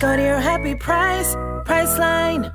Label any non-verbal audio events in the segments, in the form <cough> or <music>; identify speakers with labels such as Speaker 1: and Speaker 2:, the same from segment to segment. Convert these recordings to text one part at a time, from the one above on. Speaker 1: Go to your happy price, Priceline.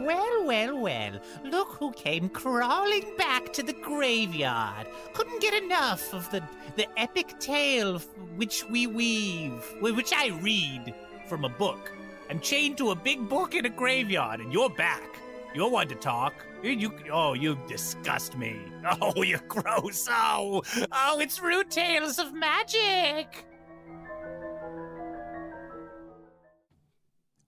Speaker 2: Well, well, well, look who came crawling back to the graveyard. Couldn't get enough of the, the epic tale f- which we weave, wh- which I read from a book. I'm chained to a big book in a graveyard, and you're back. You're one to talk. You, you oh, you disgust me. <laughs> Oh, you're gross. Oh, oh, it's rude tales of magic.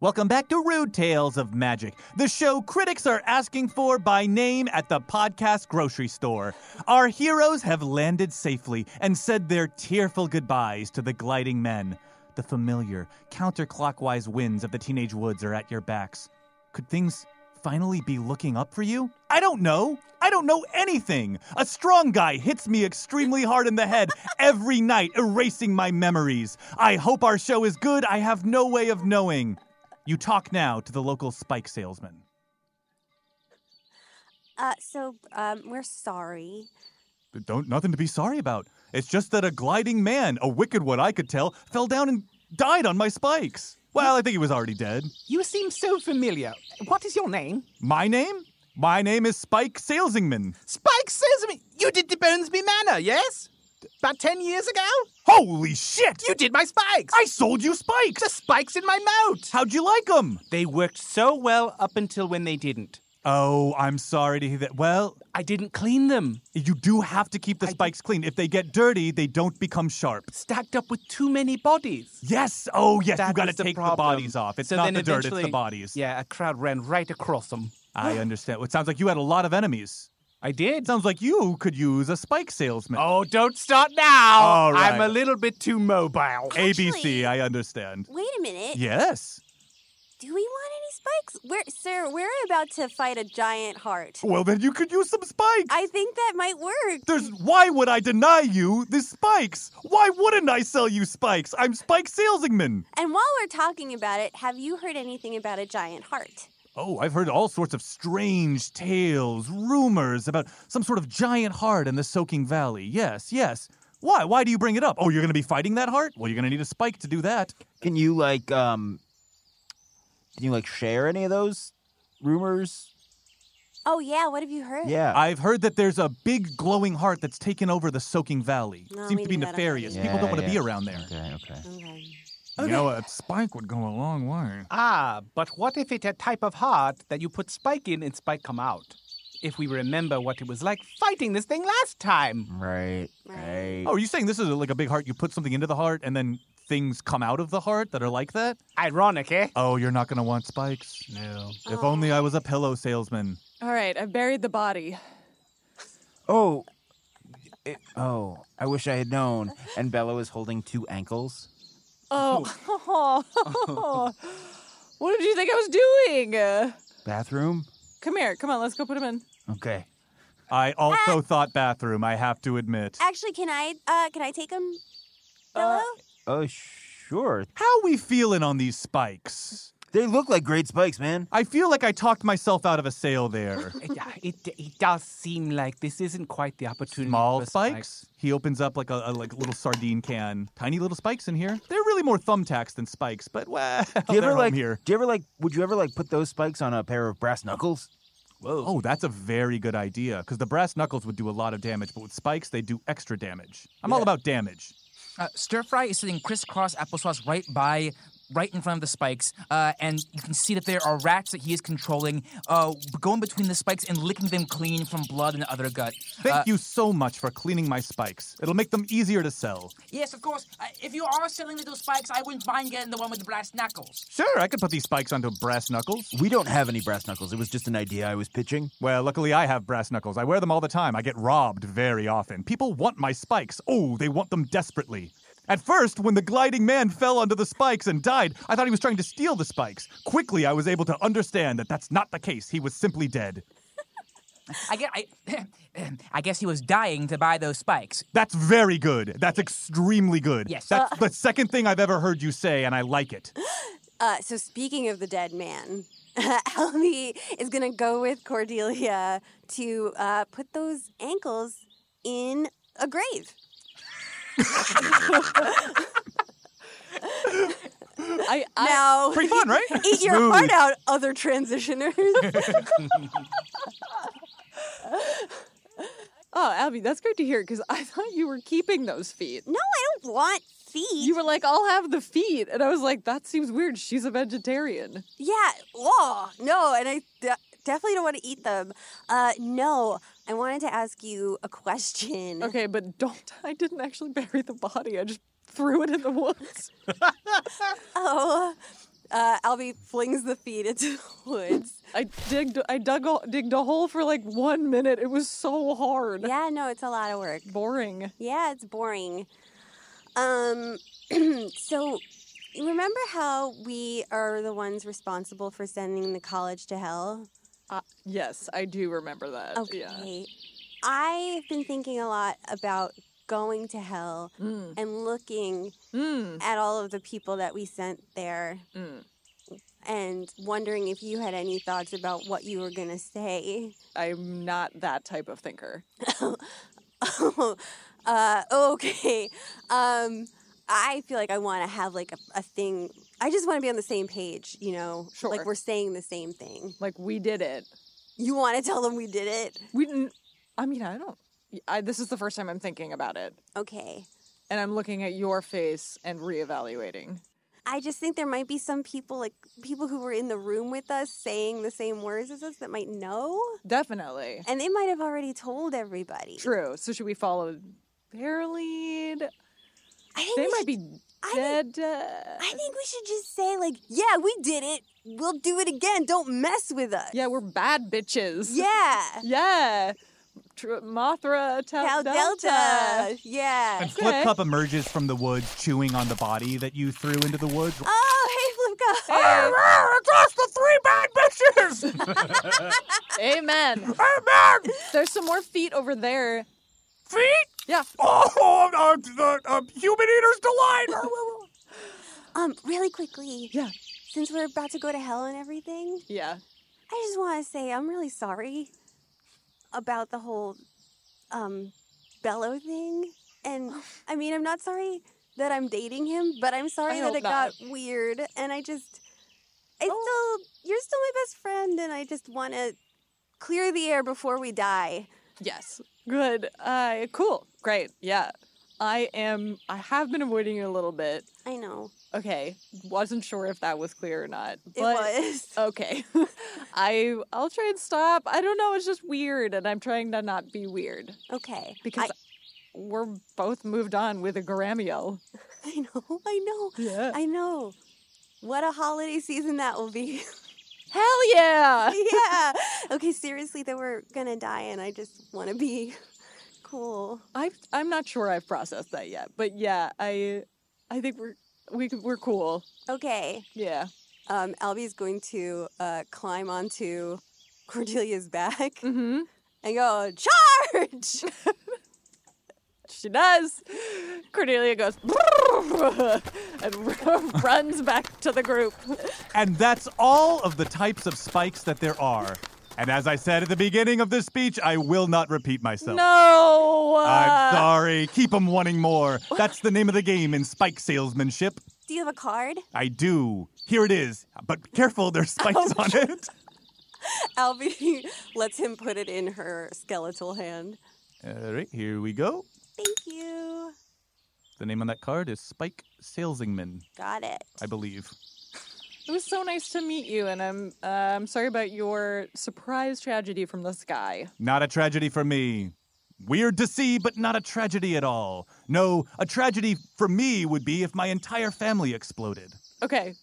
Speaker 3: Welcome back to Rude Tales of Magic, the show critics are asking for by name at the podcast grocery store. Our heroes have landed safely and said their tearful goodbyes to the gliding men. The familiar, counterclockwise winds of the teenage woods are at your backs. Could things finally be looking up for you? I don't know. I don't know anything. A strong guy hits me extremely hard in the head every night, erasing my memories. I hope our show is good. I have no way of knowing. You talk now to the local spike salesman.
Speaker 4: Uh, so um, we're sorry.
Speaker 3: Don't nothing to be sorry about. It's just that a gliding man, a wicked one I could tell, fell down and died on my spikes. Well, I think he was already dead.
Speaker 5: You seem so familiar. What is your name?
Speaker 3: My name? My name is Spike Salesingman.
Speaker 5: Spike Sesame. You did the Bonesby Manor, yes? About ten years ago?
Speaker 3: Holy shit!
Speaker 5: You did my spikes.
Speaker 3: I sold you spikes.
Speaker 5: the spikes in my mouth.
Speaker 3: How'd you like 'em?
Speaker 5: They worked so well up until when they didn't.
Speaker 3: Oh, I'm sorry to hear that. Well,
Speaker 5: I didn't clean them.
Speaker 3: you do have to keep the spikes clean. If they get dirty, they don't become sharp.
Speaker 5: Stacked up with too many bodies.
Speaker 3: Yes. Oh, yes. you
Speaker 5: That
Speaker 3: got to
Speaker 5: was the
Speaker 3: take the
Speaker 5: problem.
Speaker 3: bodies off. It's
Speaker 5: So
Speaker 3: not
Speaker 5: then
Speaker 3: the dirt. It's the
Speaker 5: eventually-
Speaker 3: bodies.
Speaker 5: Yeah, a crowd ran right across them. <gasps>
Speaker 3: I understand. Well, It sounds like you had a lot of enemies.
Speaker 5: I did.
Speaker 3: Sounds like you could use a spike salesman.
Speaker 5: Oh, don't start now.
Speaker 3: All right.
Speaker 5: I'm a little bit too mobile.
Speaker 3: ABC, I understand.
Speaker 4: Wait a minute.
Speaker 3: Yes.
Speaker 4: Do we want any spikes? We're, sir, we're about to fight a giant heart.
Speaker 3: Well, then you could use some spikes.
Speaker 4: I think that might work.
Speaker 3: There's why would I deny you the spikes? Why wouldn't I sell you spikes? I'm Spike Salesman.
Speaker 4: And while we're talking about it, have you heard anything about a giant heart?
Speaker 3: Oh, I've heard all sorts of strange tales, rumors about some sort of giant heart in the Soaking Valley. Yes, yes. Why? Why do you bring it up? Oh, you're going to be fighting that heart? Well, you're going to need a spike to do that.
Speaker 6: Can you like um can you like share any of those rumors?
Speaker 4: Oh, yeah. What have you heard?
Speaker 6: Yeah.
Speaker 3: I've heard that there's a big glowing heart that's taken over the Soaking Valley.
Speaker 4: No,
Speaker 3: Seems
Speaker 4: we
Speaker 3: to be
Speaker 4: knew that
Speaker 3: nefarious.
Speaker 4: already.
Speaker 3: People don't
Speaker 6: Yeah,
Speaker 3: want to be
Speaker 6: yeah.
Speaker 3: around there.
Speaker 6: Okay, okay.
Speaker 4: Okay.
Speaker 3: You know, a spike would go a long way.
Speaker 5: Ah, but what if it a type of heart that you put spike in and spike come out? If we remember what it was like fighting this thing last time.
Speaker 6: Right.
Speaker 4: Right.
Speaker 6: Right.
Speaker 3: Oh, are you saying this is like a big heart? You put something into the heart and then things come out of the heart that are like that?
Speaker 5: Ironic, eh?
Speaker 3: Oh, you're not going to want spikes?
Speaker 5: No.
Speaker 3: If only I was a pillow salesman.
Speaker 7: All right, I've buried the body.
Speaker 6: Oh. It- oh, I wish I had known. And Bella is holding two ankles.
Speaker 7: Oh, <laughs> what did you think I was doing? Uh,
Speaker 6: Bathroom?
Speaker 7: come here, come on, let's go put him in.
Speaker 6: Okay.
Speaker 3: I also thought bathroom, I have to admit.
Speaker 4: Actually, can I uh, can I take him? Hello?
Speaker 6: Oh, sure.
Speaker 3: How we feeling on these spikes?
Speaker 6: They look like great spikes, man.
Speaker 3: I feel like I talked myself out of a sale there.
Speaker 5: <laughs> It, it, it does seem like this isn't quite the opportunity.
Speaker 3: Small
Speaker 5: for
Speaker 3: spikes. He opens up like a, a like little sardine can. Tiny little spikes in here. They're really more thumbtacks than spikes, but well, <laughs>
Speaker 6: Do you
Speaker 3: they're
Speaker 6: ever
Speaker 3: home
Speaker 6: like
Speaker 3: here.
Speaker 6: Do you ever like would you ever like put those spikes on a pair of brass knuckles?
Speaker 3: Oh, that's a very good idea because the brass knuckles would do a lot of damage, but with spikes they do extra damage. I'm all about damage.
Speaker 8: Uh, stir fry is sitting crisscross applesauce right by
Speaker 9: right in front of the spikes, uh, and you can see that there are rats that he is controlling, uh, going between the spikes and licking them clean from blood and other gut.
Speaker 3: Thank
Speaker 6: Uh,
Speaker 3: you so much for cleaning my spikes. It'll make them easier to sell.
Speaker 9: Yes, of course. Uh, if you are selling little spikes, I wouldn't mind getting the one with the brass knuckles.
Speaker 3: Sure, I could put these spikes onto brass knuckles.
Speaker 6: We don't have any brass knuckles. It was just an idea I was pitching.
Speaker 3: Well, luckily I have brass knuckles. I wear them all the time. I get robbed very often. People want my spikes. Oh, they want them desperately. At first, when the gliding man fell onto the spikes and died, I thought he was trying to steal the spikes. Quickly, I was able to understand that that's not the case. He was simply dead.
Speaker 9: I guess, I, <clears throat> I guess he was dying to buy those spikes.
Speaker 3: That's very good. That's extremely good.
Speaker 9: Yes.
Speaker 3: That's the second thing I've ever heard you say, and I like it.
Speaker 4: Uh, so speaking of the dead man, <laughs> Albie is gonna go with Cordelia to uh, put those ankles in a
Speaker 3: <laughs>
Speaker 4: grave.
Speaker 7: I, I
Speaker 4: Now,
Speaker 3: Pretty fun, right?
Speaker 4: eat your heart out, other
Speaker 3: <laughs>
Speaker 4: transitioners. <laughs>
Speaker 7: oh, Abby, that's great to hear because I thought you were keeping those feet.
Speaker 4: no, I don't want feet.
Speaker 7: You were like, I'll have the feet, and I was like, that seems weird. She's a vegetarian.
Speaker 4: Yeah. Oh, no. And I de- definitely don't want to eat them. Uh, no, I wanted to ask you a question.
Speaker 7: Okay, but don't. <laughs> I didn't actually bury the body. I just threw it in the woods.
Speaker 4: <laughs> Oh, uh, Albie flings the feet into the
Speaker 7: <laughs>
Speaker 4: woods.
Speaker 7: I digged. I dug. a- Digged a hole for like one minute. It was so hard.
Speaker 4: Yeah, no, it's a lot of work.
Speaker 7: Boring.
Speaker 4: Yeah, it's boring. Um, <clears throat> so remember how we are the ones responsible for sending the college to hell?
Speaker 7: Uh, yes, I do remember that.
Speaker 4: Okay.
Speaker 7: Yeah.
Speaker 4: I've been thinking a lot about going to hell
Speaker 7: Mm.
Speaker 4: and looking
Speaker 7: Mm.
Speaker 4: at all of the people that we sent there
Speaker 7: Mm.
Speaker 4: and wondering if you had any thoughts about what you were going to say.
Speaker 7: I'm not that type of
Speaker 4: <laughs>
Speaker 7: thinker.
Speaker 4: uh, okay. Um, I feel like I want to have like a, a thing. I just want to be on the same page, you know?
Speaker 7: Sure.
Speaker 4: Like we're saying the same thing.
Speaker 7: Like we did it.
Speaker 4: You want to tell them we did it?
Speaker 7: We didn't. I mean, I don't. I, this is the first time I'm thinking about it,
Speaker 4: Okay.
Speaker 7: and I'm looking at your face and reevaluating.
Speaker 4: I just think there might be some people, like people who were in the room with us saying the same words as us that might know.
Speaker 7: Definitely
Speaker 4: And they might have already told everybody.
Speaker 7: true. So should we follow their lead?
Speaker 4: I think
Speaker 7: They
Speaker 4: we
Speaker 7: might
Speaker 4: should-
Speaker 7: be
Speaker 4: I think-
Speaker 7: dead. uh,
Speaker 4: I think we should just say, like, yeah, we did it. We'll do it again. Don't mess with us.
Speaker 7: yeah, we're bad bitches.
Speaker 4: Yeah.
Speaker 7: <laughs> Yeah. Tr- Mothra Tau
Speaker 4: Tau
Speaker 7: Delta.
Speaker 4: Delta. Yeah.
Speaker 3: And Flip Cup emerges from the woods, chewing on the body that you threw into the woods.
Speaker 4: Oh, hey, Flipka.
Speaker 7: Hey,
Speaker 3: Across the three bad bitches!
Speaker 7: <laughs> amen. There's some more feet over there.
Speaker 3: Feet?
Speaker 7: Yeah.
Speaker 3: Oh, human eater's delight!
Speaker 4: Um, really quickly,
Speaker 7: Yeah.
Speaker 4: since we're about to go to hell and everything,
Speaker 7: Yeah.
Speaker 4: I just want to say I'm really sorry about the whole um bellow thing. And I mean, I'm not sorry that I'm dating him, but I'm sorry that
Speaker 7: hope
Speaker 4: it
Speaker 7: not. Oh.
Speaker 4: got weird. And I just, I still, you're still my best friend, and I just want to clear the air before we die.
Speaker 7: Yes. Good. Uh, cool. Great. Yeah. I am. I have been avoiding you a little bit.
Speaker 4: I know
Speaker 7: Okay. Wasn't sure if that was clear or not.
Speaker 4: it
Speaker 7: but-
Speaker 4: was. <laughs>
Speaker 7: Okay. <laughs> I I'll try and stop. I don't know. It's just weird, and I'm trying to not be weird
Speaker 4: Okay,
Speaker 7: because
Speaker 4: I-
Speaker 7: we're both moved on with a Garamiel.
Speaker 4: I know, I know,
Speaker 7: Yeah.
Speaker 4: I know. What a holiday season that will be. <laughs>
Speaker 7: Hell yeah. <laughs>
Speaker 4: yeah. Okay, seriously, though, we're gonna die, and I just want to be <laughs> cool.
Speaker 7: I I'm not sure I've processed that yet, but yeah, I I think we're we could- we're cool.
Speaker 4: Okay.
Speaker 7: Yeah.
Speaker 4: Um, Albie's going to uh, climb onto Cordelia's back
Speaker 7: Mm-hmm.
Speaker 4: and go
Speaker 7: <laughs>
Speaker 4: charge.
Speaker 7: She does. <laughs> Cordelia goes <laughs>
Speaker 3: <laughs>
Speaker 7: and <laughs> runs back to the group.
Speaker 3: And that's all of the types of spikes that there are. And as I said at the beginning of this speech, I will not repeat
Speaker 7: <laughs>
Speaker 3: myself.
Speaker 7: No. uh,
Speaker 3: I'm sorry. Keep 'em wanting more.
Speaker 7: <laughs>
Speaker 3: That's the name of the game in spike salesmanship.
Speaker 4: Do you have a card?
Speaker 3: I do. Here it is. But careful, there's spikes on it.
Speaker 4: <laughs> Albie lets him put it in her skeletal hand.
Speaker 3: All right, here we go.
Speaker 4: Thank you.
Speaker 3: The name on that card is Spike Salesingman,
Speaker 4: Got it.
Speaker 3: I believe.
Speaker 7: It was so nice to meet you, and I'm uh, I'm sorry about your surprise tragedy from the sky.
Speaker 3: Not a tragedy for me. Weird to see, but not a tragedy at all. No, a tragedy for me would be if my entire family exploded.
Speaker 7: Okay,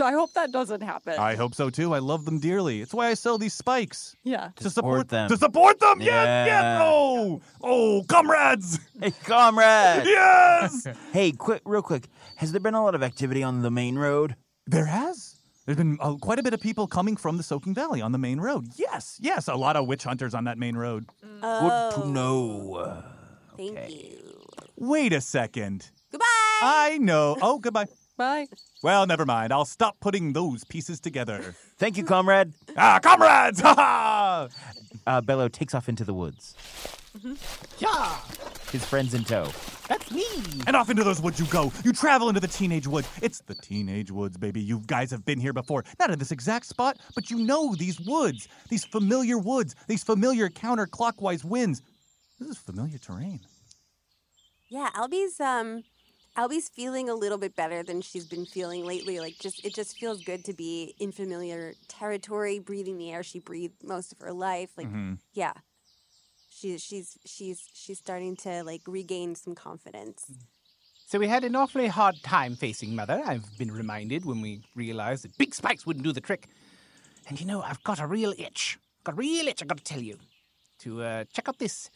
Speaker 7: I hope that doesn't happen.
Speaker 3: I hope so too. I love them dearly. It's why I sell these spikes.
Speaker 7: yeah.
Speaker 3: To support,
Speaker 6: support them.
Speaker 3: To support them! Yes, yes!
Speaker 6: Yeah.
Speaker 3: Oh! Oh, comrades!
Speaker 6: Hey, comrade! <laughs>
Speaker 3: Yes!
Speaker 6: Hey, quick, real quick. Has there been a lot of activity on the main road?
Speaker 3: There has. There's been uh, quite a bit of people coming from the Soaking Valley on the main road. Yes, yes, a lot of witch hunters on that main road.
Speaker 6: Good to know.
Speaker 4: Thank you.
Speaker 3: Wait a second.
Speaker 4: Goodbye.
Speaker 3: I know. Oh, goodbye.
Speaker 7: Bye.
Speaker 3: Well, never mind. I'll stop putting those pieces together.
Speaker 6: Thank you, comrade.
Speaker 3: ah, comrades! <laughs> Ha ha!
Speaker 6: Uh, Bello takes off into the woods.
Speaker 2: Yeah,
Speaker 6: His friends in tow.
Speaker 2: that's me.
Speaker 3: And off into those woods you go. You travel into the teenage woods. It's the teenage woods, baby. You guys have been here before. Not at this exact spot, but you know these woods, these familiar woods, these familiar counterclockwise winds. This is familiar terrain.
Speaker 4: Yeah, Albie's um Albie's feeling a little bit better than she's been feeling lately. Like just it just feels good to be in familiar territory, breathing the air she breathed most of her life. Like
Speaker 5: Mm-hmm.
Speaker 4: yeah. She, she's she's she's starting to like regain some confidence.
Speaker 5: So we had an awfully hard time facing Mother, I've been reminded when we realized that big spikes wouldn't do the trick. And you know, I've got a real itch. Got a real itch, i got to tell you. To uh, check out this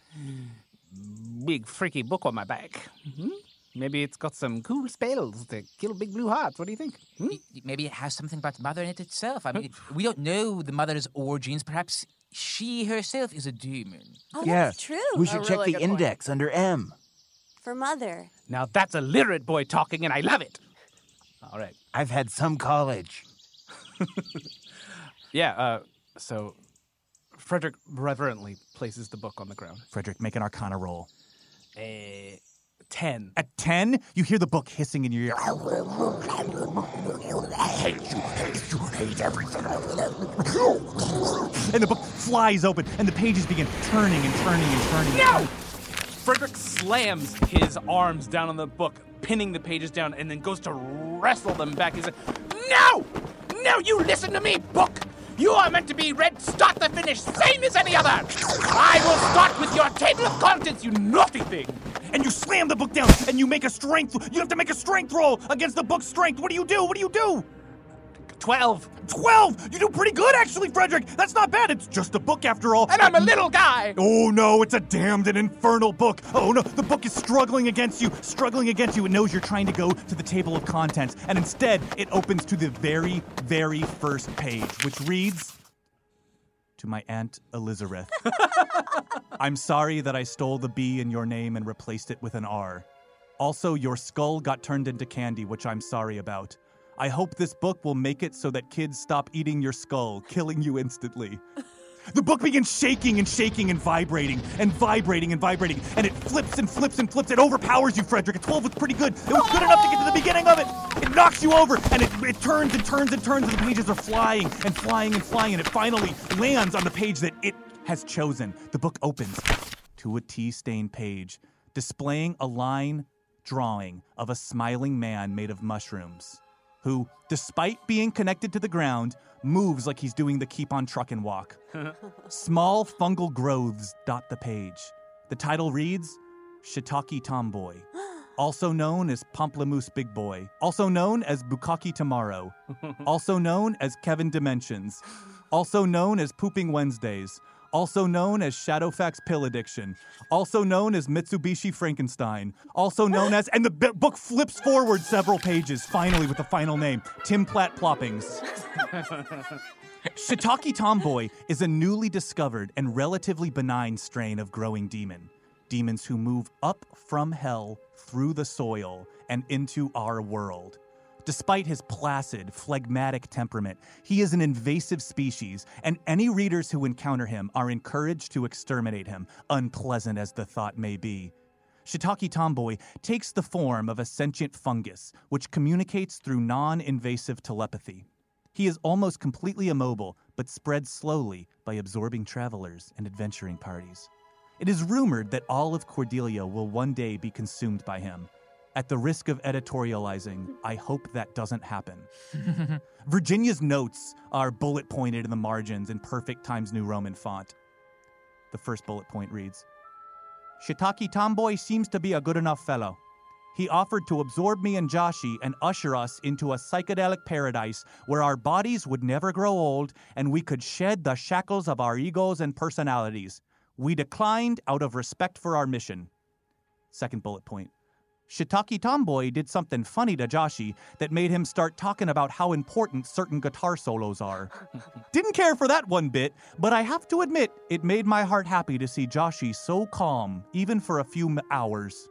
Speaker 5: big freaky book on my back. Hmm? Maybe it's got some cool spells to kill big blue hearts. What do you think? Hmm?
Speaker 9: Y- Maybe it has something about the mother in it itself. I mean, we don't know the mother's origins. Perhaps she herself is a demon.
Speaker 4: Oh,
Speaker 6: yeah.
Speaker 4: that's true.
Speaker 6: We should check
Speaker 7: really
Speaker 6: the
Speaker 7: good point.
Speaker 6: index under M.
Speaker 4: For mother.
Speaker 5: Now that's a literate boy talking, and I love it. All right.
Speaker 6: I've had some college.
Speaker 5: <laughs> Yeah, uh, so Frederick reverently places the book on the ground.
Speaker 3: Frederick, make an arcana roll.
Speaker 5: Uh, 10.
Speaker 3: At 10, you hear the book hissing in your ear. And the book flies open, and the pages begin turning and turning and turning. No!
Speaker 5: Frederick slams his arms down on the book, pinning the pages down, and then goes to wrestle them back. He's like, <laughs> No! No, you listen to me, book! You are meant to be read start to finish, same as any other! I will start with your table of contents, you naughty thing!
Speaker 3: And you slam the book down, and you make a strength. You have to make a strength roll against the book's strength. What do you do? What do you do?
Speaker 5: 12.
Speaker 3: 12! You do pretty good, actually, Frederick! That's not bad. It's just a book, after all.
Speaker 5: And I'm a little guy!
Speaker 3: Oh no, it's a damned and infernal book. Oh no, the book is struggling against you, struggling against you. It knows you're trying to go to the table of contents, and instead it opens to the very, very first page, which reads To my Aunt Elizabeth. <laughs> I'm sorry that I stole the B in your name and replaced it with an R. Also, your skull got turned into candy, which I'm sorry about. I hope this book will make it so that kids stop eating your skull, killing you instantly. <laughs> The book begins shaking and shaking and vibrating and vibrating and vibrating, and it flips and flips and flips. It overpowers you, Frederick. A 12 was pretty good. It was good enough to get to the beginning of it. It knocks you over, and it, it turns and turns and turns, and the pages are flying and flying and flying, and it finally lands on the page that it has chosen. The book opens to a tea stained page, displaying a line drawing of a smiling man made of mushrooms who, despite being connected to the ground, moves like he's doing the keep on truckin' walk.
Speaker 10: Oh
Speaker 3: Small fungal growths dot the page. The title reads Shiitake Tomboy, also known as Pomplamoose Big Boy, also known as Bukaki Tomorrow, also known as Kevin Dimensions, also known as Pooping Wednesdays, also known as Shadowfax Pill Addiction, also known as Mitsubishi Frankenstein, also known as, and the b- book flips forward several pages, finally with the final name Tim Platt Ploppings. Shiitake Tomboy is a newly discovered and relatively benign strain of growing demon. Demons who move up from hell through the soil and into our world. Despite his placid, phlegmatic temperament, he is an invasive species, and any readers who encounter him are encouraged to exterminate him, unpleasant as the thought may be. Shiitake Tomboy takes the form of a sentient fungus, which communicates through non invasive telepathy. He is almost completely immobile, but spreads slowly by absorbing travelers and adventuring parties. It is rumored that all of Cordelia will one day be consumed by him. At the risk of editorializing, I hope that doesn't happen. Mm-hmm. Virginia's notes are bullet pointed in the margins in perfect Times New Roman font. The first bullet point reads Shiitake Tomboy seems to be a good enough fellow. He offered to absorb me and Joshi and usher us into a psychedelic paradise where our bodies would never grow old and we could shed the shackles of our egos and personalities. We declined out of respect for our mission. Second bullet point. Shiitake Tomboy did something funny to Joshi that made him start talking about how important certain guitar solos are. Didn't care for that one bit, but I have to admit, it made my heart happy to see Joshi so calm, even for a few m- hours.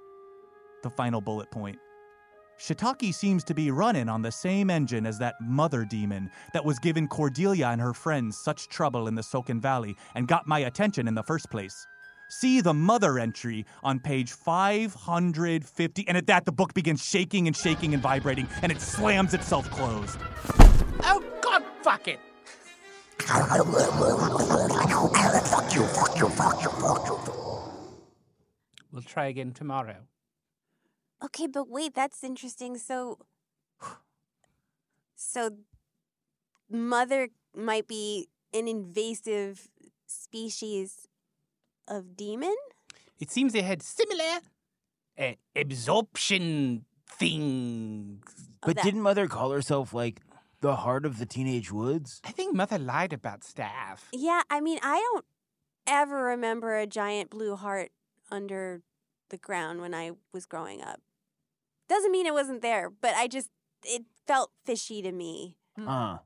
Speaker 3: The final bullet point. Shiitake seems to be running on the same engine as that mother demon that was giving Cordelia and her friends such trouble in the Soken Valley and got my attention in the first place. See the mother entry on page 550, and at that, the book begins shaking and shaking and vibrating, and it slams itself closed.
Speaker 5: Oh, God, fuck it. We'll try again tomorrow.
Speaker 4: Okay, but wait, that's interesting. So, so mother might be an invasive species of demon.
Speaker 5: It seems they had similar uh, absorption thing.
Speaker 4: Oh,
Speaker 6: But
Speaker 4: that-
Speaker 6: didn't Mother call herself like the heart of the teenage woods?
Speaker 5: I think Mother lied about staff.
Speaker 4: Yeah, I mean, I don't ever remember a giant blue heart under the ground when I was growing up. Doesn't mean it wasn't there, but I just it felt fishy to me.
Speaker 6: Huh.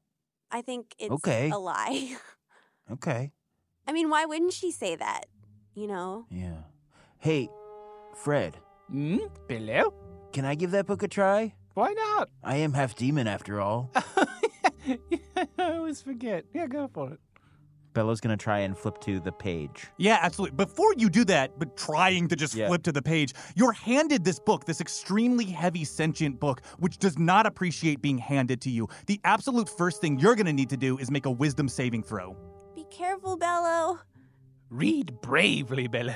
Speaker 4: I think it's
Speaker 6: Okay.
Speaker 4: a lie. <laughs>
Speaker 6: Okay.
Speaker 4: I mean, why wouldn't she say that? You know?
Speaker 6: Yeah. Hey, Fred,
Speaker 5: Hmm? Below?
Speaker 6: can I give that book a try?
Speaker 5: Why not?
Speaker 6: I am half demon after all.
Speaker 5: I always forget. Yeah, go for it.
Speaker 6: Bello's gonna try and flip to the page.
Speaker 3: Yeah, absolutely. Before you do that, but trying to just
Speaker 6: Yeah.
Speaker 3: flip to the page, you're handed this book, this extremely heavy sentient book, which does not appreciate being handed to you. The absolute first thing you're going to need to do is make a wisdom saving throw.
Speaker 4: Be careful,
Speaker 5: <laughs>
Speaker 4: Bello.
Speaker 5: Read bravely, Bellow.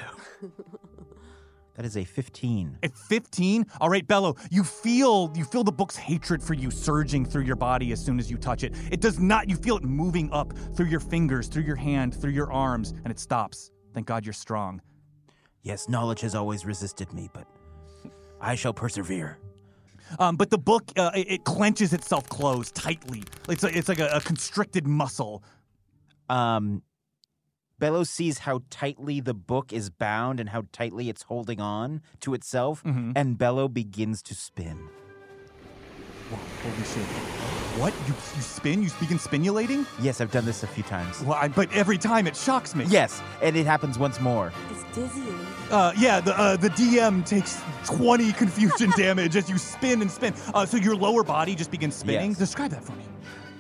Speaker 6: That is a 15.
Speaker 3: At 15, all right, Bello, you feel you feel the book's hatred for you surging through your body as soon as you touch it. It does not. You feel it moving up through your fingers, through your hand, through your arms, and it stops. Thank God you're strong.
Speaker 6: Yes, knowledge has always resisted me, but I shall persevere.
Speaker 3: Um, but the book uh, it, it clenches itself closed tightly. It's a, it's like a, a constricted muscle.
Speaker 6: Um, Bello sees how tightly the book is bound and how tightly it's holding on to itself,
Speaker 3: Mm-hmm.
Speaker 6: and Bello begins to spin.
Speaker 3: Holy shit! What you you spin? You begin spinulating?
Speaker 6: Yes, I've done this a few times.
Speaker 3: Well, I, but every time it shocks me.
Speaker 6: Yes, and it happens once more.
Speaker 4: It's dizzying.
Speaker 3: Uh, yeah, the uh, the DM takes 20 confusion <laughs> damage as you spin and spin. Uh, so your lower body just begins spinning.
Speaker 6: Yes.
Speaker 3: Describe that for me.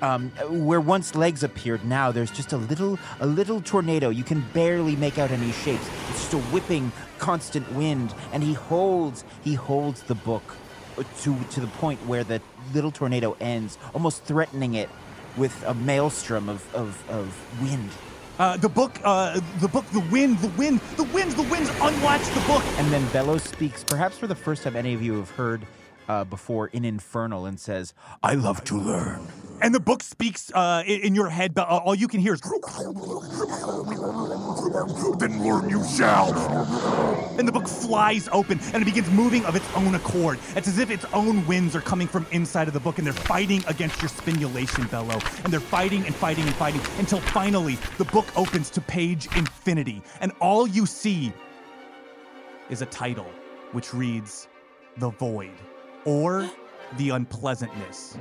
Speaker 6: Um, where once legs appeared, now there's just a little, a little tornado. You can barely make out any shapes. It's just a whipping, constant wind, and he holds, he holds the book uh, to to the point where the little tornado ends, almost threatening it with a maelstrom of of, of wind.
Speaker 3: Uh, the book, uh, the book, the wind, the wind, the winds, the winds unlatch the book.
Speaker 6: And then Bello speaks, perhaps for the first time any of you have heard uh, before, in Infernal, and says, "I love to learn."
Speaker 3: And the book speaks uh, in, in your head, but uh, all you can hear is. <laughs> then learn you shall. And the book flies open and it begins moving of its own accord. It's as if its own winds are coming from inside of the book and they're fighting against your spinulation, Bellow. And they're fighting and fighting and fighting until finally the book opens to page infinity. And all you see is a title which reads The Void or The Unpleasantness.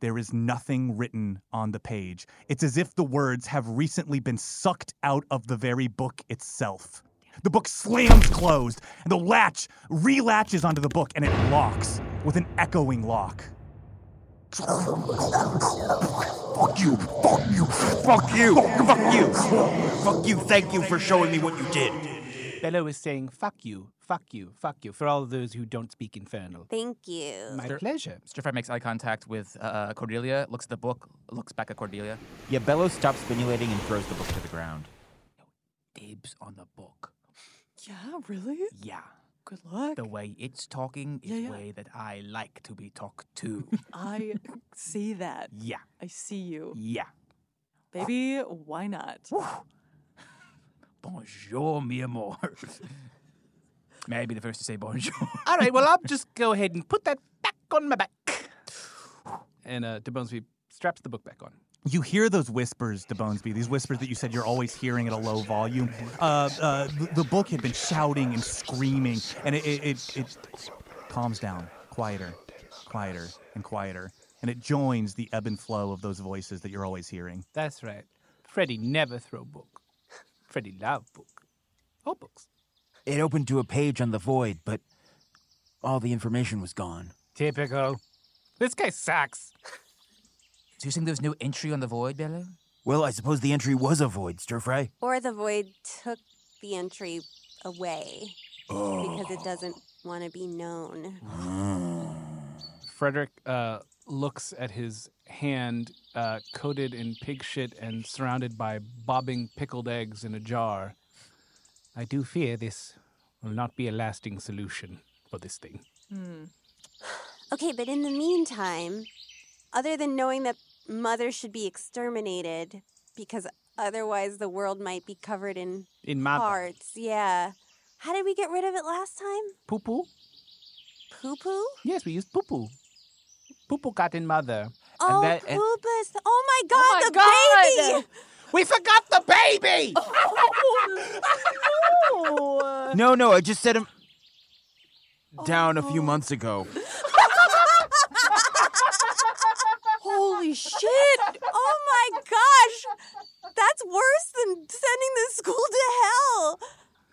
Speaker 3: There is nothing written on the page. It's as if the words have recently been sucked out of the very book itself. The book slams closed, and the latch relatches onto the book and it locks with an echoing lock.
Speaker 6: Fuck you! Fuck you! Fuck you! Fuck you! Fuck you! Thank you for showing me what you did.
Speaker 5: Bellow is saying, fuck you, fuck you, fuck you, for all those who don't speak infernal.
Speaker 4: Thank you.
Speaker 5: My
Speaker 9: Sure.
Speaker 5: pleasure.
Speaker 9: Mr. Fred makes eye contact with uh, Cordelia, looks at the book, looks back at Cordelia.
Speaker 6: Yeah, Bello stops spinulating and throws the book to the ground.
Speaker 9: Dibs on the book.
Speaker 7: Yeah, really?
Speaker 9: Yeah.
Speaker 7: Good luck.
Speaker 9: The way it's talking is
Speaker 7: Yeah, yeah.
Speaker 9: way that I like to be talked to.
Speaker 7: I <laughs> see that.
Speaker 9: yeah,
Speaker 7: I see you.
Speaker 9: yeah.
Speaker 7: Baby, why not?
Speaker 9: <laughs> Bonjour, mi amor. <laughs> May I be the first to say bonjour? <laughs>
Speaker 5: All right, well, I'll just go ahead and put that back on my back. And uh, De Bonesby straps the book back on.
Speaker 3: You hear those whispers, De Bonesby, these whispers that you said you're always hearing at a low volume. Uh, uh, th- the book had been shouting and screaming, and it, it, it, it calms down, quieter, quieter, and quieter. And it joins the ebb and flow of those voices that you're always hearing.
Speaker 5: That's right. Freddy never throw book. Freddy love book. All books.
Speaker 6: It opened to a page on the void, but all the information was gone.
Speaker 5: Typical. This guy sucks.
Speaker 9: So you're saying there's no entry on the void, Bella?
Speaker 6: Well, I suppose the entry was a void, stir fry.
Speaker 4: Or the void took the entry away because it doesn't want to be known.
Speaker 5: Frederick uh, looks at his hand uh, coated in pig shit and surrounded by bobbing pickled eggs in a jar. I do fear
Speaker 3: <laughs>
Speaker 5: this will not be a lasting solution for this thing. Hmm.
Speaker 4: <sighs> Okay, but in the meantime, other than knowing that mother should be exterminated because otherwise the world might be covered in
Speaker 5: In my
Speaker 4: parts, yeah. How did we get rid of it last time?
Speaker 5: poo poo?
Speaker 4: Poo poo?
Speaker 5: Yes, we used poo poo. Poo poo got in mother.
Speaker 4: Oh,
Speaker 5: that- and-
Speaker 4: poopus. Oh my god,
Speaker 7: Oh my
Speaker 4: the
Speaker 7: God!
Speaker 4: baby!
Speaker 5: We forgot the
Speaker 7: <laughs>
Speaker 5: baby!
Speaker 7: Oh,
Speaker 6: No, no, I just set him down a
Speaker 4: Oh.
Speaker 6: few months ago.
Speaker 4: Holy shit! Oh my gosh! That's worse than sending the school to hell!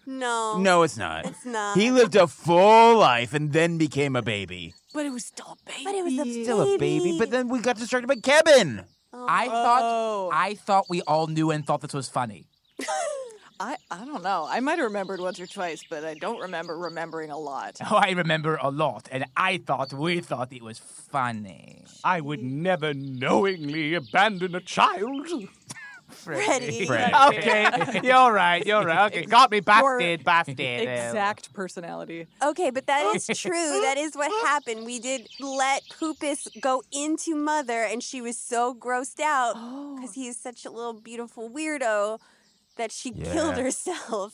Speaker 4: No.
Speaker 6: No, it's not.
Speaker 4: Oh. It's not.
Speaker 6: He lived a full life and then became a baby.
Speaker 7: but it was still a baby.
Speaker 4: But it was a
Speaker 6: Still a baby, but then we got distracted by Kevin.
Speaker 7: Oh,
Speaker 9: I thought I thought we all knew and thought this was funny. <laughs>
Speaker 7: I, I don't know. I might have remembered once or twice, but I don't remember remembering a lot.
Speaker 9: <laughs> Oh, I remember a lot, and I thought we thought it was funny.
Speaker 5: I would never knowingly abandon a child. <laughs>
Speaker 4: Freddy.
Speaker 5: okay,
Speaker 4: <laughs>
Speaker 5: you're right, you're right. Okay, got me busted, busted.
Speaker 7: Exact personality.
Speaker 4: Okay, but that <laughs> is true. That is what happened. We did let Poopus go into Mother, and she was so grossed out because he is such a little beautiful weirdo that she killed
Speaker 6: Yeah.
Speaker 4: herself.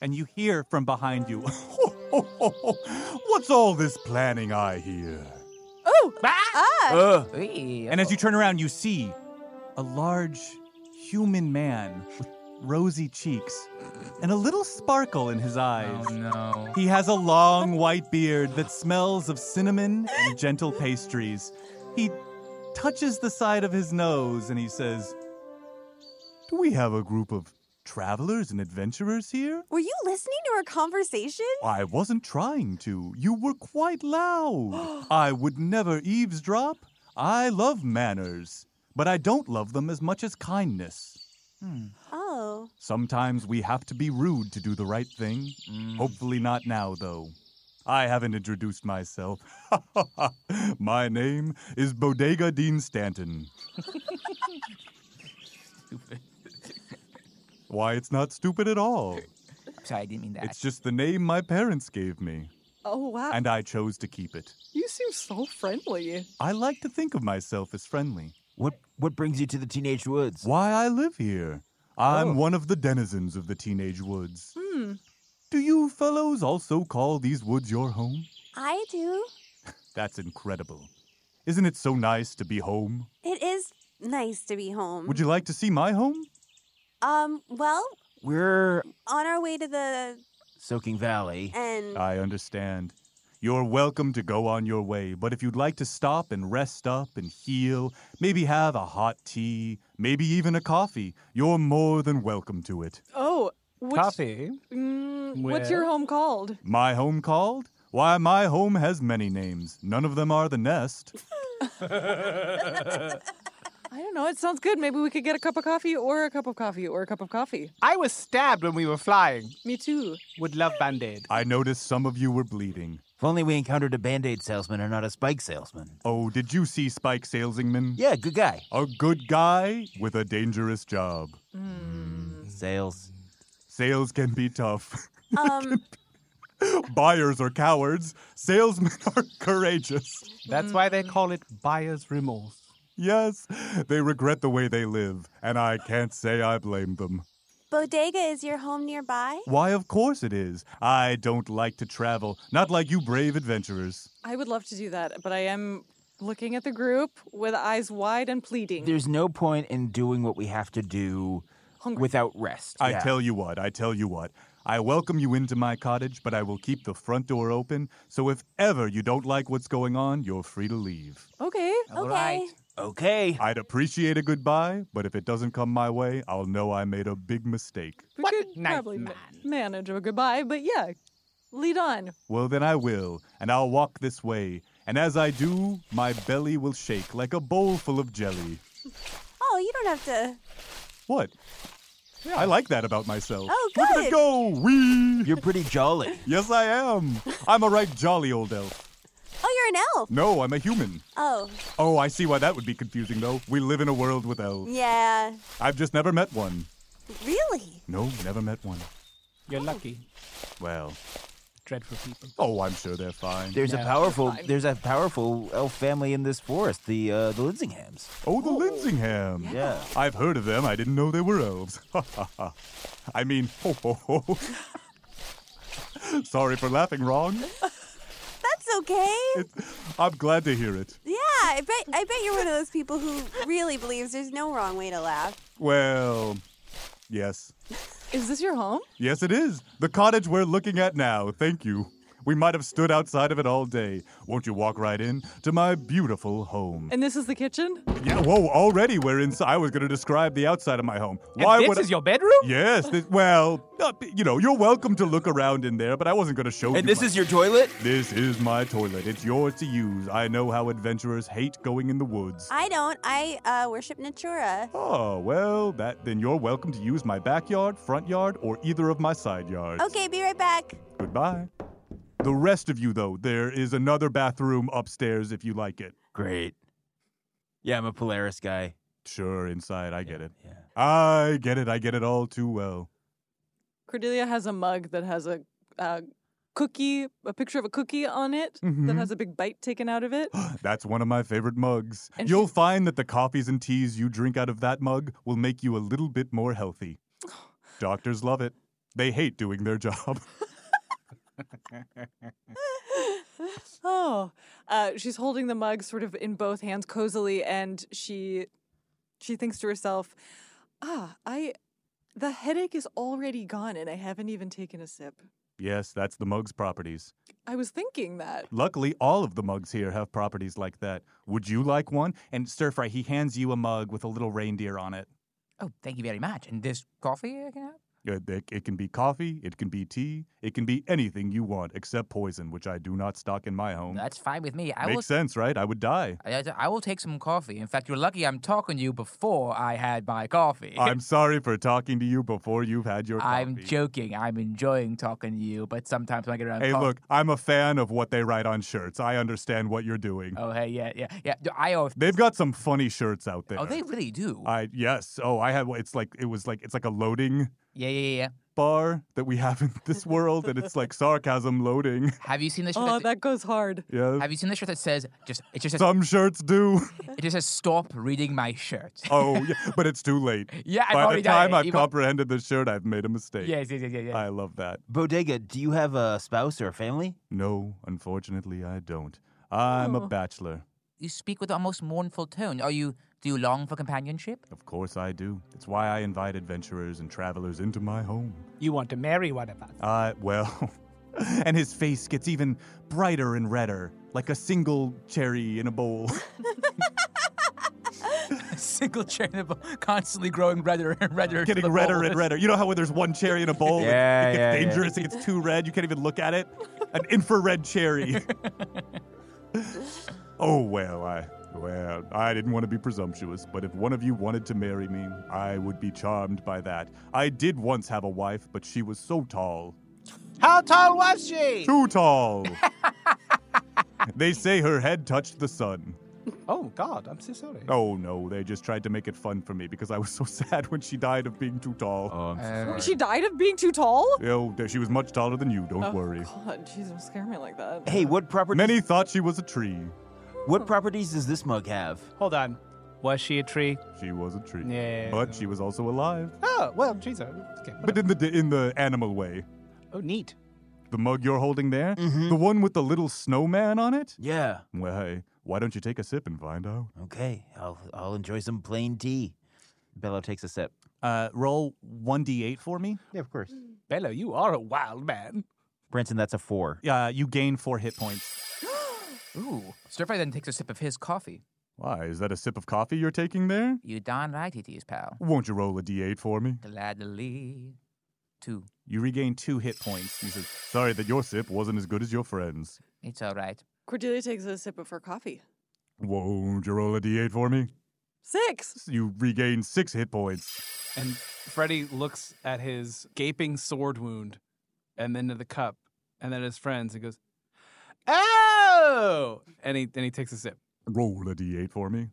Speaker 3: and you hear from behind you, <laughs> What's all this planning I hear?
Speaker 7: Oh,
Speaker 4: Ah. Uh,
Speaker 6: Ugh.
Speaker 3: And as you turn around, you see a large human man with rosy cheeks and a little sparkle in his eyes.
Speaker 9: no.
Speaker 3: He has a long white beard that smells of cinnamon and gentle pastries. He touches the side of his nose and he says, Do we have a group of travelers and adventurers here?
Speaker 4: Were you listening to our conversation?
Speaker 3: I wasn't trying to. You were quite loud. I would never eavesdrop. I love manners, but I don't love them as much as kindness.
Speaker 11: Hmm.
Speaker 4: Oh.
Speaker 3: Sometimes we have to be rude to do the right thing.
Speaker 4: Mm.
Speaker 11: Oh.
Speaker 3: Hopefully, not now, though. I haven't introduced myself. <laughs> My name is Bodega Dean Stanton. <laughs> Why, it's not stupid at all.
Speaker 9: Sorry, I didn't mean that.
Speaker 3: It's just the name my parents gave me,
Speaker 7: oh wow.
Speaker 3: and I chose to keep it.
Speaker 7: you seem so friendly.
Speaker 3: I like to think of myself as friendly.
Speaker 6: What what brings you to the teenage woods? Oh.
Speaker 3: Why I live here. I'm one of the denizens of the teenage woods.
Speaker 4: Hmm.
Speaker 3: Do you fellows also call these woods your home?
Speaker 4: I do.
Speaker 3: That's incredible. Isn't it so nice to be home?
Speaker 4: It is nice to be home.
Speaker 3: Would you like to see my home?
Speaker 4: Um, well,
Speaker 6: We're
Speaker 4: on our way to the
Speaker 11: <laughs>
Speaker 6: Soaking Valley.
Speaker 4: end.
Speaker 3: I understand. You're welcome to go on your way, but if you'd like to stop and rest up and heal, maybe have a hot tea, maybe even a coffee, you're more than welcome to it.
Speaker 7: Oh, which,
Speaker 5: Coffee.
Speaker 7: Mm, what's your home called?
Speaker 3: My home called? Why, my home has many names. None of them are the nest.
Speaker 7: I don't know. It sounds good. Maybe we could get a cup of coffee, or a cup of coffee, or a cup of coffee.
Speaker 5: I was stabbed when we were flying.
Speaker 7: Me too.
Speaker 5: Would love band aid.
Speaker 3: I noticed some of you were bleeding.
Speaker 6: If only we encountered a band aid salesman and not a spike salesman.
Speaker 3: Oh, did you see Spike Salesingman?
Speaker 6: Yeah, good guy.
Speaker 3: A good guy with a dangerous job.
Speaker 6: Sales.
Speaker 3: Sales can be tough. <laughs>
Speaker 4: Um,
Speaker 11: Buyers are cowards, salesmen <laughs> are courageous.
Speaker 5: That's why they call it buyer's remorse.
Speaker 11: Yes, they regret the way they live, and I can't say I blame them.
Speaker 4: Bodega is your home nearby?
Speaker 11: Why, of course it is. I don't like to travel, not like you brave adventurers.
Speaker 7: I would love to do that, but I am looking at the group with eyes wide and pleading.
Speaker 6: There's no point in doing what we have to do without rest.
Speaker 11: I
Speaker 6: Yeah.
Speaker 11: tell you what, I tell you what. I welcome you into my cottage, but I will keep the front door open, so if ever you don't like what's going on, you're free to leave.
Speaker 7: okay.
Speaker 9: All
Speaker 4: okay.
Speaker 9: right.
Speaker 6: Okay.
Speaker 11: I'd appreciate a goodbye, but if it doesn't come my way, I'll know I made a big mistake.
Speaker 7: We
Speaker 5: What
Speaker 7: could
Speaker 5: a nice
Speaker 7: probably ma-
Speaker 5: man.
Speaker 7: manage a goodbye, but yeah, lead on.
Speaker 11: Well, then I will, and I'll walk this way. And as I do, my belly will shake like a bowl full of jelly.
Speaker 4: Oh, you don't have to.
Speaker 11: What? I like that about myself.
Speaker 4: Oh,
Speaker 11: Look at it
Speaker 4: good.
Speaker 11: go! Wee!
Speaker 6: You're pretty jolly.
Speaker 11: <laughs> Yes, I am. I'm a right jolly old elf.
Speaker 4: Oh, you're an elf.
Speaker 11: No, I'm a human.
Speaker 4: Oh,
Speaker 11: Oh, I see why that would be confusing, though. We live in a world with elves.
Speaker 4: yeah.
Speaker 11: I've just never met one.
Speaker 4: Really?
Speaker 11: No, never met one.
Speaker 5: You're lucky.
Speaker 11: Well,
Speaker 5: Dreadful people.
Speaker 11: oh, I'm sure they're fine.
Speaker 6: There's a
Speaker 5: Yeah.
Speaker 6: powerful
Speaker 7: Fine.
Speaker 6: there's a powerful elf family in this forest, the uh, the Lindsinghams.
Speaker 11: Oh, the Lindsingham.
Speaker 6: Yeah.
Speaker 11: I've heard of them. I didn't know they were elves. <laughs> I mean, ho ho ho. <laughs> Sorry for laughing wrong.
Speaker 4: That's okay.
Speaker 11: I'm glad to hear it.
Speaker 4: Yeah, I bet I bet you're one of those people who really believes there's no wrong way to laugh.
Speaker 11: Well, yes.
Speaker 7: Is this your home?
Speaker 11: Yes, it is. The cottage we're looking at now. Thank you. We might have stood outside of it all day. Won't you walk right in to my beautiful home?
Speaker 7: And this is the kitchen?
Speaker 11: Yeah, whoa, already we're inside. I was going to describe the outside of my home.
Speaker 5: And
Speaker 11: Why
Speaker 5: this
Speaker 11: would I-
Speaker 5: is your bedroom?
Speaker 11: Yes, this, well, uh, you know, you're welcome to look around in there, but I wasn't going to show you.
Speaker 6: And this
Speaker 11: my-
Speaker 6: is your toilet?
Speaker 11: This is my toilet. It's yours to use. I know how adventurers hate going in the woods.
Speaker 4: I don't. I uh, worship Natura.
Speaker 11: Oh, well, that then you're welcome to use my backyard, front yard, or either of my side yards.
Speaker 4: Okay, be right back.
Speaker 11: Goodbye. The rest of you though, there is another bathroom upstairs if you like it.
Speaker 6: Great. Yeah, I'm a Polaris guy.
Speaker 11: Sure, inside, I get it.
Speaker 6: Yeah.
Speaker 11: I get it. I get it all too well.
Speaker 7: Cordelia has a mug that has a uh, cookie, a picture of a cookie on it that
Speaker 9: Mm-hmm.
Speaker 11: Mhm.
Speaker 7: has a big bite taken out of
Speaker 9: <gasps>
Speaker 7: it. <gasps>
Speaker 11: That's one of my favorite mugs.
Speaker 7: And
Speaker 11: You'll find that the coffees and teas you drink out of that mug will make you a little bit
Speaker 9: <sighs>
Speaker 11: more healthy. Doctors love it. They hate doing their <laughs> job.
Speaker 7: oh, uh, she's holding the mug sort of in both hands cozily, and she she thinks to herself, "Ah, I." The headache is already gone, and I haven't even taken a sip.
Speaker 11: yes, that's the mug's properties.
Speaker 7: I was thinking that.
Speaker 11: Luckily, all of the mugs here have properties like that. Would you like one? And Stir Fry, he hands you a mug with a little reindeer on it.
Speaker 9: Oh, thank you very much. And this coffee I can have?
Speaker 11: It, it- Uh, it can be coffee, it can be tea, it can be anything you want except poison, which I do not stock in my home.
Speaker 9: That's fine with me. I
Speaker 11: Makes
Speaker 9: will.
Speaker 11: sense, right? I would die.
Speaker 9: I, I will take some coffee. In fact, you're lucky I'm talking to you before I had my coffee. <laughs>
Speaker 11: I'm sorry for talking to you before you've had your coffee.
Speaker 9: I'm joking. I'm enjoying talking to you, but sometimes when I get around.
Speaker 11: Hey,
Speaker 9: coffee-
Speaker 11: look, I'm a fan of what they write on shirts. I understand what you're doing.
Speaker 9: Oh, hey, yeah, yeah, yeah. d- I always.
Speaker 11: They've got some funny shirts out there.
Speaker 9: Oh, they really do.
Speaker 11: I yes. Oh, I had. It's like it was like it's like a loading
Speaker 9: yeah, yeah, yeah, yeah.
Speaker 11: bar that we have in <laughs> this world, and it's like sarcasm loading. <laughs>
Speaker 9: Have you seen the shirt?
Speaker 7: Oh,
Speaker 9: that,
Speaker 7: that goes hard.
Speaker 11: Yes.
Speaker 9: have you seen the shirt that says just? It just says.
Speaker 11: Some shirts do.
Speaker 9: <laughs> It just says stop reading my shirt.
Speaker 11: <laughs> Oh,
Speaker 9: <laughs>
Speaker 11: yeah, but it's too late.
Speaker 9: Yeah, I've
Speaker 11: By
Speaker 9: already
Speaker 11: the
Speaker 9: done
Speaker 11: time
Speaker 9: it.
Speaker 11: I've
Speaker 9: You've al-
Speaker 11: comprehended the shirt, I've made a mistake.
Speaker 9: yes, yes, yes, yes, yes.
Speaker 11: I love that.
Speaker 6: Bodega, do you have a spouse or a family?
Speaker 11: No, unfortunately, I don't. I'm a
Speaker 7: Oh.
Speaker 11: bachelor.
Speaker 9: you speak with almost mournful tone. Are you? <laughs> Do you long for companionship?
Speaker 11: Of course, I do. It's why I invite adventurers and travelers into my home.
Speaker 5: You want to marry one of us?
Speaker 11: Uh, well. <laughs> and his face gets even brighter and redder, like a single cherry in a
Speaker 6: <laughs>
Speaker 11: bowl. <laughs>
Speaker 9: Single chain of constantly growing redder and redder.
Speaker 11: Getting redder and redder. You know how when there's one cherry in a bowl, it-
Speaker 6: Yeah, yeah,
Speaker 11: it, gets
Speaker 6: yeah.
Speaker 11: dangerous, it gets too red, you can't even look at it? An infrared cherry. oh, well, I. Well, I didn't want to be presumptuous, but if one of you wanted to marry me, I would be charmed by that. I did once have a wife, but she was so tall.
Speaker 5: How tall was she?
Speaker 9: <laughs>
Speaker 11: Too tall! they say her head touched the sun.
Speaker 5: Oh, God, I'm so sorry.
Speaker 11: Oh no, they just tried to make it fun for me because I was so <laughs> sad when she died of being too tall.
Speaker 12: Oh, I'm so
Speaker 5: Uh,
Speaker 12: sorry.
Speaker 7: She died of being too tall?
Speaker 11: Oh, she was much taller than you, don't
Speaker 7: Oh,
Speaker 11: worry.
Speaker 7: God, jeez, don't scare me like that.
Speaker 6: Hey, what properties?
Speaker 11: Many thought she was a tree.
Speaker 6: What properties does this mug have?
Speaker 5: Hold on. Was she a tree?
Speaker 11: She was a tree.
Speaker 5: Yeah.
Speaker 11: But she was also alive.
Speaker 5: Oh, well, Jesus. Okay,
Speaker 11: But in the in the animal way.
Speaker 5: oh, neat.
Speaker 11: The mug you're holding there?
Speaker 6: Mm-hmm.
Speaker 11: The one with the little snowman on it?
Speaker 6: Yeah.
Speaker 11: Well, hey, why don't you take a sip and find out?
Speaker 6: Okay. I'll I'll enjoy some plain tea. Bello takes a sip.
Speaker 11: Uh, roll 1d8 for me.
Speaker 6: Yeah, of course.
Speaker 5: Bello, you are a wild man.
Speaker 6: <laughs> Branson, that's a four.
Speaker 11: Uh, you gain four hit points.
Speaker 9: Ooh. Stirfry then takes a sip of his coffee.
Speaker 11: Why, is that a sip of coffee you're taking there?
Speaker 9: You darn right it is, pal.
Speaker 11: Won't you roll a d8 for me?
Speaker 9: Gladly. Two.
Speaker 11: You regain two hit points. He says, Sorry that your sip wasn't as good as your friend's.
Speaker 9: It's all right.
Speaker 7: Cordelia takes a sip of her coffee.
Speaker 11: Won't you roll a d8 for me?
Speaker 7: Six.
Speaker 11: You regain six hit points.
Speaker 13: And Freddy looks at his gaping sword wound and then to the cup and then his friends and goes, Oh! And he, and he takes a sip.
Speaker 11: Roll a d8 for me.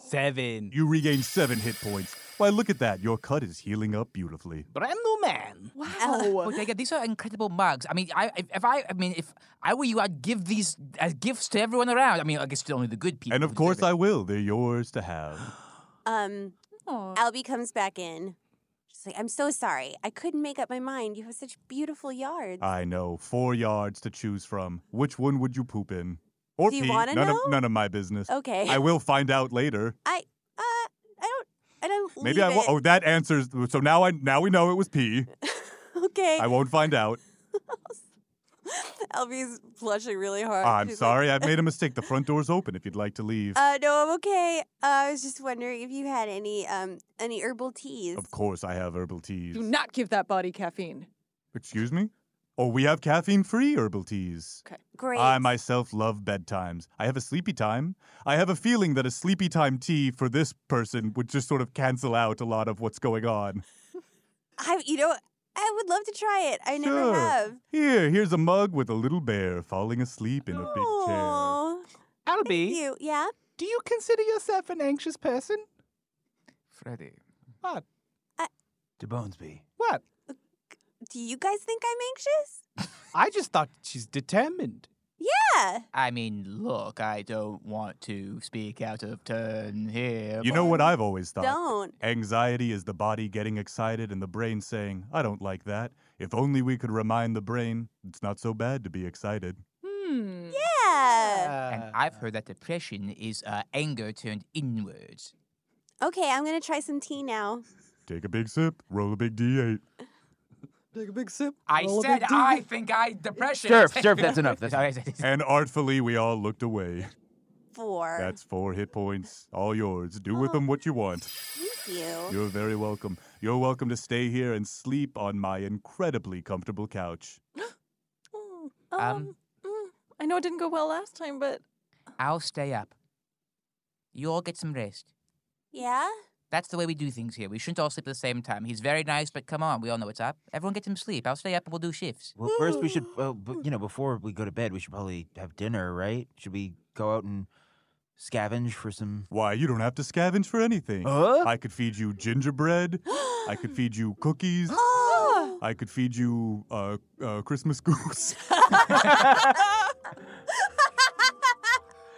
Speaker 13: Seven.
Speaker 11: You regain seven hit points. Why, look at that. Your cut is healing up beautifully.
Speaker 13: Brand new man.
Speaker 7: Wow.
Speaker 9: But they get- Oh, these are incredible mugs. I mean, I if, if I I mean if I were you, I'd give these as gifts to everyone around. I mean, I guess to only the good people.
Speaker 11: And of
Speaker 9: who
Speaker 11: course,
Speaker 9: deserve
Speaker 11: I
Speaker 9: it.
Speaker 11: will. They're yours to have.
Speaker 4: Um,
Speaker 7: Aw.
Speaker 4: Albie comes back in. She's like, I'm so sorry. I couldn't make up my mind. You have such beautiful yards.
Speaker 11: I know. Four yards to choose from. Which one would you poop in? Or
Speaker 4: Do you
Speaker 11: pee?
Speaker 4: wanna
Speaker 11: None
Speaker 4: know?
Speaker 11: of none of my business.
Speaker 4: okay.
Speaker 11: I will find out later.
Speaker 4: uh, I don't. I don't.
Speaker 11: Maybe
Speaker 4: leave
Speaker 11: I won't.
Speaker 4: it.
Speaker 11: Oh, that answers. So now I now we know it was
Speaker 4: <laughs>
Speaker 11: pee.
Speaker 4: okay.
Speaker 11: oh, I won't find out.
Speaker 4: <laughs> Albie's blushing really hard.
Speaker 11: I'm
Speaker 4: She's like,
Speaker 11: sorry, I've made a mistake. The front door's open if you'd like to leave.
Speaker 4: <laughs> uh, no, I'm okay. Uh, I was just wondering if you had any um any herbal teas.
Speaker 11: Of course, I have herbal teas.
Speaker 7: Do not give that body caffeine.
Speaker 11: Excuse me? Oh, we have caffeine-free herbal teas.
Speaker 4: Great.
Speaker 11: I myself love bedtimes. I have a sleepy time. I have a feeling that a sleepy time tea for this person would just sort of cancel out a lot of what's going on.
Speaker 4: I, you know, I would love to try it. I never
Speaker 11: Sure.
Speaker 4: have.
Speaker 11: Here, here's a mug with a little bear falling asleep in a big chair.
Speaker 4: Aw, thank
Speaker 13: Albie,
Speaker 4: you. Yeah.
Speaker 13: do you consider yourself an anxious person?
Speaker 5: Freddy.
Speaker 6: To Bonesby.
Speaker 13: What?
Speaker 4: Do you guys think I'm anxious?
Speaker 13: I just thought she's determined.
Speaker 4: Yeah.
Speaker 9: I mean, look, I don't want to speak out of turn here.
Speaker 11: You know what I've always thought?
Speaker 4: Don't.
Speaker 11: Anxiety is the body getting excited and the brain saying, I don't like that. If only we could remind the brain, it's not so bad to be excited.
Speaker 7: Hmm.
Speaker 4: Yeah.
Speaker 9: And I've heard that depression is uh, anger turned inwards.
Speaker 4: Okay, I'm gonna try some tea now.
Speaker 11: Take a big sip, roll a big D8.
Speaker 7: Take a big sip.
Speaker 9: I
Speaker 7: roll a
Speaker 9: said
Speaker 7: big D.
Speaker 9: I think I depression. <laughs>
Speaker 6: Surf, surf, that's enough, that's
Speaker 11: And artfully, we all looked away.
Speaker 4: Four.
Speaker 11: That's four hit points, all yours. Do with them what you want.
Speaker 4: Thank you.
Speaker 11: You're very welcome. You're welcome to stay here and sleep on my incredibly comfortable couch.
Speaker 7: Mm,
Speaker 9: Um,
Speaker 7: Um, mm, I know it didn't go well last time, but
Speaker 9: I'll stay up. You all get some rest.
Speaker 4: Yeah.
Speaker 9: That's the way we do things here. We shouldn't all sleep at the same time. He's very nice, but come on, we all know what's up. Everyone get some sleep. I'll stay up and we'll do shifts.
Speaker 6: Well, first we should, well, b- you know, before we go to bed, we should probably have dinner, right? Should we go out and scavenge for some?
Speaker 11: Why, you don't have to scavenge for anything.
Speaker 6: Huh?
Speaker 11: I could feed you gingerbread. I could feed you cookies.
Speaker 4: Oh.
Speaker 11: I could feed you uh, uh, Christmas goose.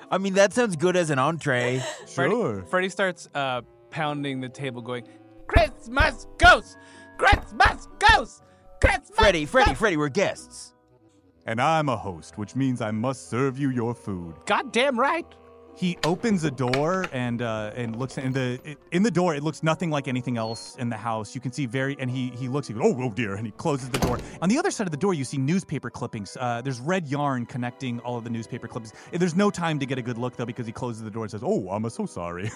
Speaker 6: I mean, that sounds good as an entree.
Speaker 13: Freddy-
Speaker 11: sure.
Speaker 13: Freddy starts uh, pounding the table, going, Christmas ghost! Christmas ghost! Christmas!
Speaker 6: Freddy, Freddy, Freddy, we're guests.
Speaker 11: And I'm a host, which means I must serve you your food.
Speaker 13: Goddamn right!
Speaker 11: He opens a door and uh, and looks in the in the door. It looks nothing like anything else in the house. You can see very and he he looks. He goes, oh oh dear, and he closes the door. On the other side of the door, you see newspaper clippings. Uh, there's red yarn connecting all of the newspaper clippings. There's no time to get a good look though because he closes the door and says, "Oh, I'm so sorry."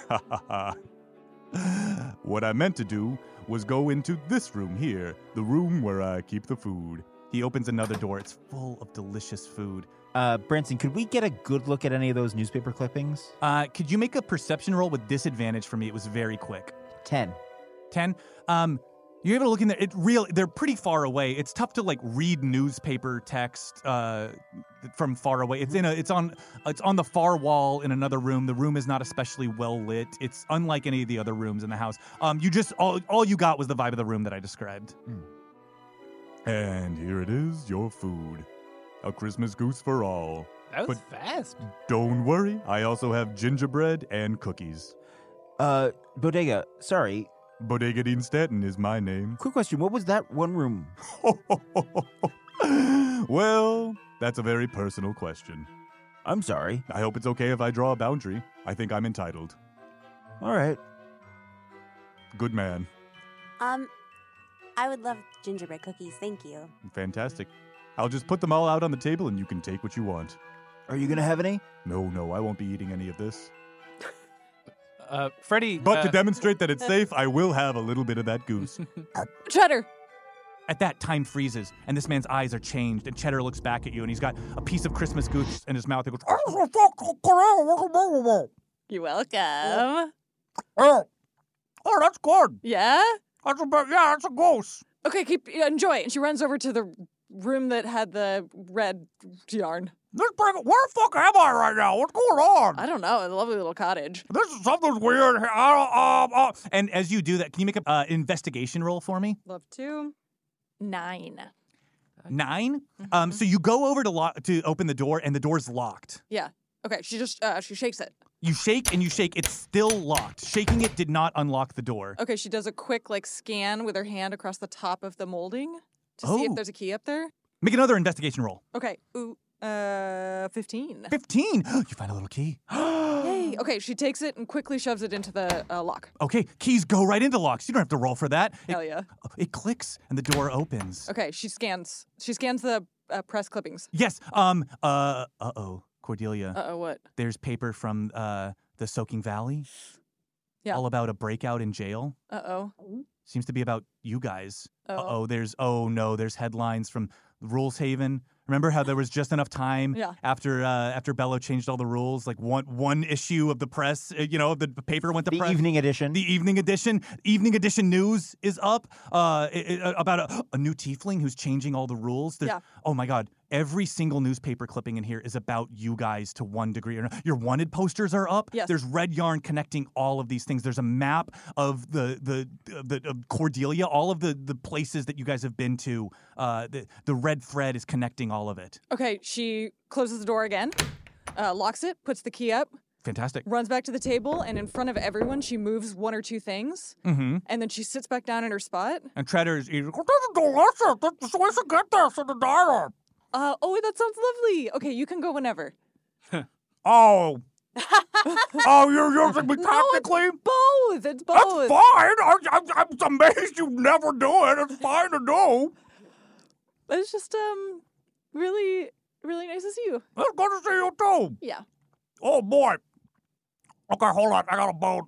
Speaker 11: <laughs> what I meant to do was go into this room here, the room where I keep the food. He opens another door. It's full of delicious food.
Speaker 6: Uh, Branson, could we get a good look at any of those newspaper clippings?
Speaker 11: Uh, could you make a perception roll with disadvantage for me? It was very quick.
Speaker 6: Ten.
Speaker 11: 10 um you're able to look in there it real they're pretty far away it's tough to like read newspaper text uh
Speaker 3: from far away. It's in a it's on it's on the far wall in another room. The room is not especially well lit. It's unlike any of the other rooms in the house. Um, you just all all you got was the vibe of the room that I described. And here it is, your food. A Christmas goose for all.
Speaker 13: That was
Speaker 3: But-
Speaker 13: fast.
Speaker 3: Don't worry, I also have gingerbread and cookies.
Speaker 6: Uh, Bodega, sorry.
Speaker 3: Bodega Dean Stanton is my name.
Speaker 6: Quick question. What was that one room?
Speaker 3: <laughs> well, that's a very personal question.
Speaker 6: I'm sorry.
Speaker 3: I hope it's okay if I draw a boundary. I think I'm entitled.
Speaker 6: All right.
Speaker 3: Good man.
Speaker 4: Um, I would love gingerbread cookies. Thank you.
Speaker 3: Fantastic. I'll just put them all out on the table and you can take what you want.
Speaker 6: Are you going to have any?
Speaker 3: No, no, I won't be eating any of this.
Speaker 13: Uh, Freddy.
Speaker 3: But
Speaker 13: uh,
Speaker 3: to demonstrate
Speaker 13: <laughs>
Speaker 3: that it's safe, I will have a little bit of that goose. <laughs>
Speaker 7: Cheddar.
Speaker 3: At that, time freezes, and this man's eyes are changed, and Cheddar looks back at you, and he's got a piece of Christmas goose in his mouth. He goes, "Oh,
Speaker 10: <laughs>
Speaker 7: <laughs> You're welcome.
Speaker 3: Oh, that's good.
Speaker 7: Yeah.
Speaker 3: That's a, yeah, that's a goose.
Speaker 7: Okay, keep enjoy. And she runs over to the room that had the red yarn.
Speaker 3: This bring, where the fuck am I right now? What's going on?
Speaker 7: I don't know. A lovely little cottage.
Speaker 3: This is something's weird. here. I don't- um, uh. And as you do that, can you make an uh, investigation roll for me?
Speaker 7: Love to. Nine.
Speaker 3: 9
Speaker 7: Mm-hmm.
Speaker 3: Um, so you go over to lo- to open the door, and the door's locked.
Speaker 7: Yeah. Okay. She just uh, she shakes it.
Speaker 3: You shake and you shake. It's still locked. Shaking it did not unlock the door.
Speaker 7: Okay. She does a quick like scan with her hand across the top of the molding to see
Speaker 3: Oh.
Speaker 7: if there's a key up there.
Speaker 3: Make another investigation roll.
Speaker 7: Okay. Ooh. Uh, fifteen.
Speaker 3: <gasps> Fifteen. you find a little key.
Speaker 7: Yay. Okay. She takes it and quickly shoves it into the uh, lock.
Speaker 3: Okay, keys go right into locks. You don't have to roll for that. It,
Speaker 7: Hell yeah.
Speaker 3: it clicks and the door opens.
Speaker 7: Okay. She scans. She scans the uh, press clippings.
Speaker 3: Yes. Um. Uh. Uh oh, Cordelia.
Speaker 7: Uh oh. What?
Speaker 3: there's paper from uh the Soaking Valley.
Speaker 7: Yeah.
Speaker 3: All about a breakout in jail.
Speaker 7: Uh oh.
Speaker 3: Seems to be about you guys.
Speaker 7: Oh.
Speaker 3: Uh oh, there's oh no, there's headlines from Rules Haven. Remember how there was just enough time
Speaker 7: <laughs> Yeah.
Speaker 3: after uh, after Bello changed all the rules, like one one issue of the press, uh, you know, the paper went to
Speaker 6: The
Speaker 3: press.
Speaker 6: evening edition.
Speaker 3: The evening edition, evening edition news is up uh, i- i- about a, a new tiefling who's changing all the rules. There's-
Speaker 7: Yeah.
Speaker 3: Oh my god! Every single newspaper clipping in here is about you guys to one degree or another. Your wanted posters are up.
Speaker 7: Yes.
Speaker 3: There's red yarn connecting all of these things. There's a map of the the of the of Cordelia, all of the the places that you guys have been to. Uh, the the red thread is connecting all of it.
Speaker 7: Okay, she closes the door again, uh, locks it, puts the key up,
Speaker 3: Fantastic.
Speaker 7: runs back to the table, and in front of everyone, she moves one or two things,
Speaker 3: Mm-hmm.
Speaker 7: and then she sits back down in her spot.
Speaker 3: And Cheddar's eating. delicious. That's the way to get this in the diner.
Speaker 7: Uh, oh, that sounds lovely. Okay, you can go
Speaker 3: <laughs>
Speaker 7: whenever. <laughs>
Speaker 3: Oh. oh, you're using
Speaker 7: <laughs>
Speaker 3: me tactically?
Speaker 7: Both, it's
Speaker 3: That's
Speaker 7: both.
Speaker 3: fine. I, I, I'm amazed you never do it. It's fine to do.
Speaker 7: It's just um, really, really nice to see you.
Speaker 3: It's good to see you too.
Speaker 7: Yeah.
Speaker 3: Oh boy. Okay, hold on. I got a bone.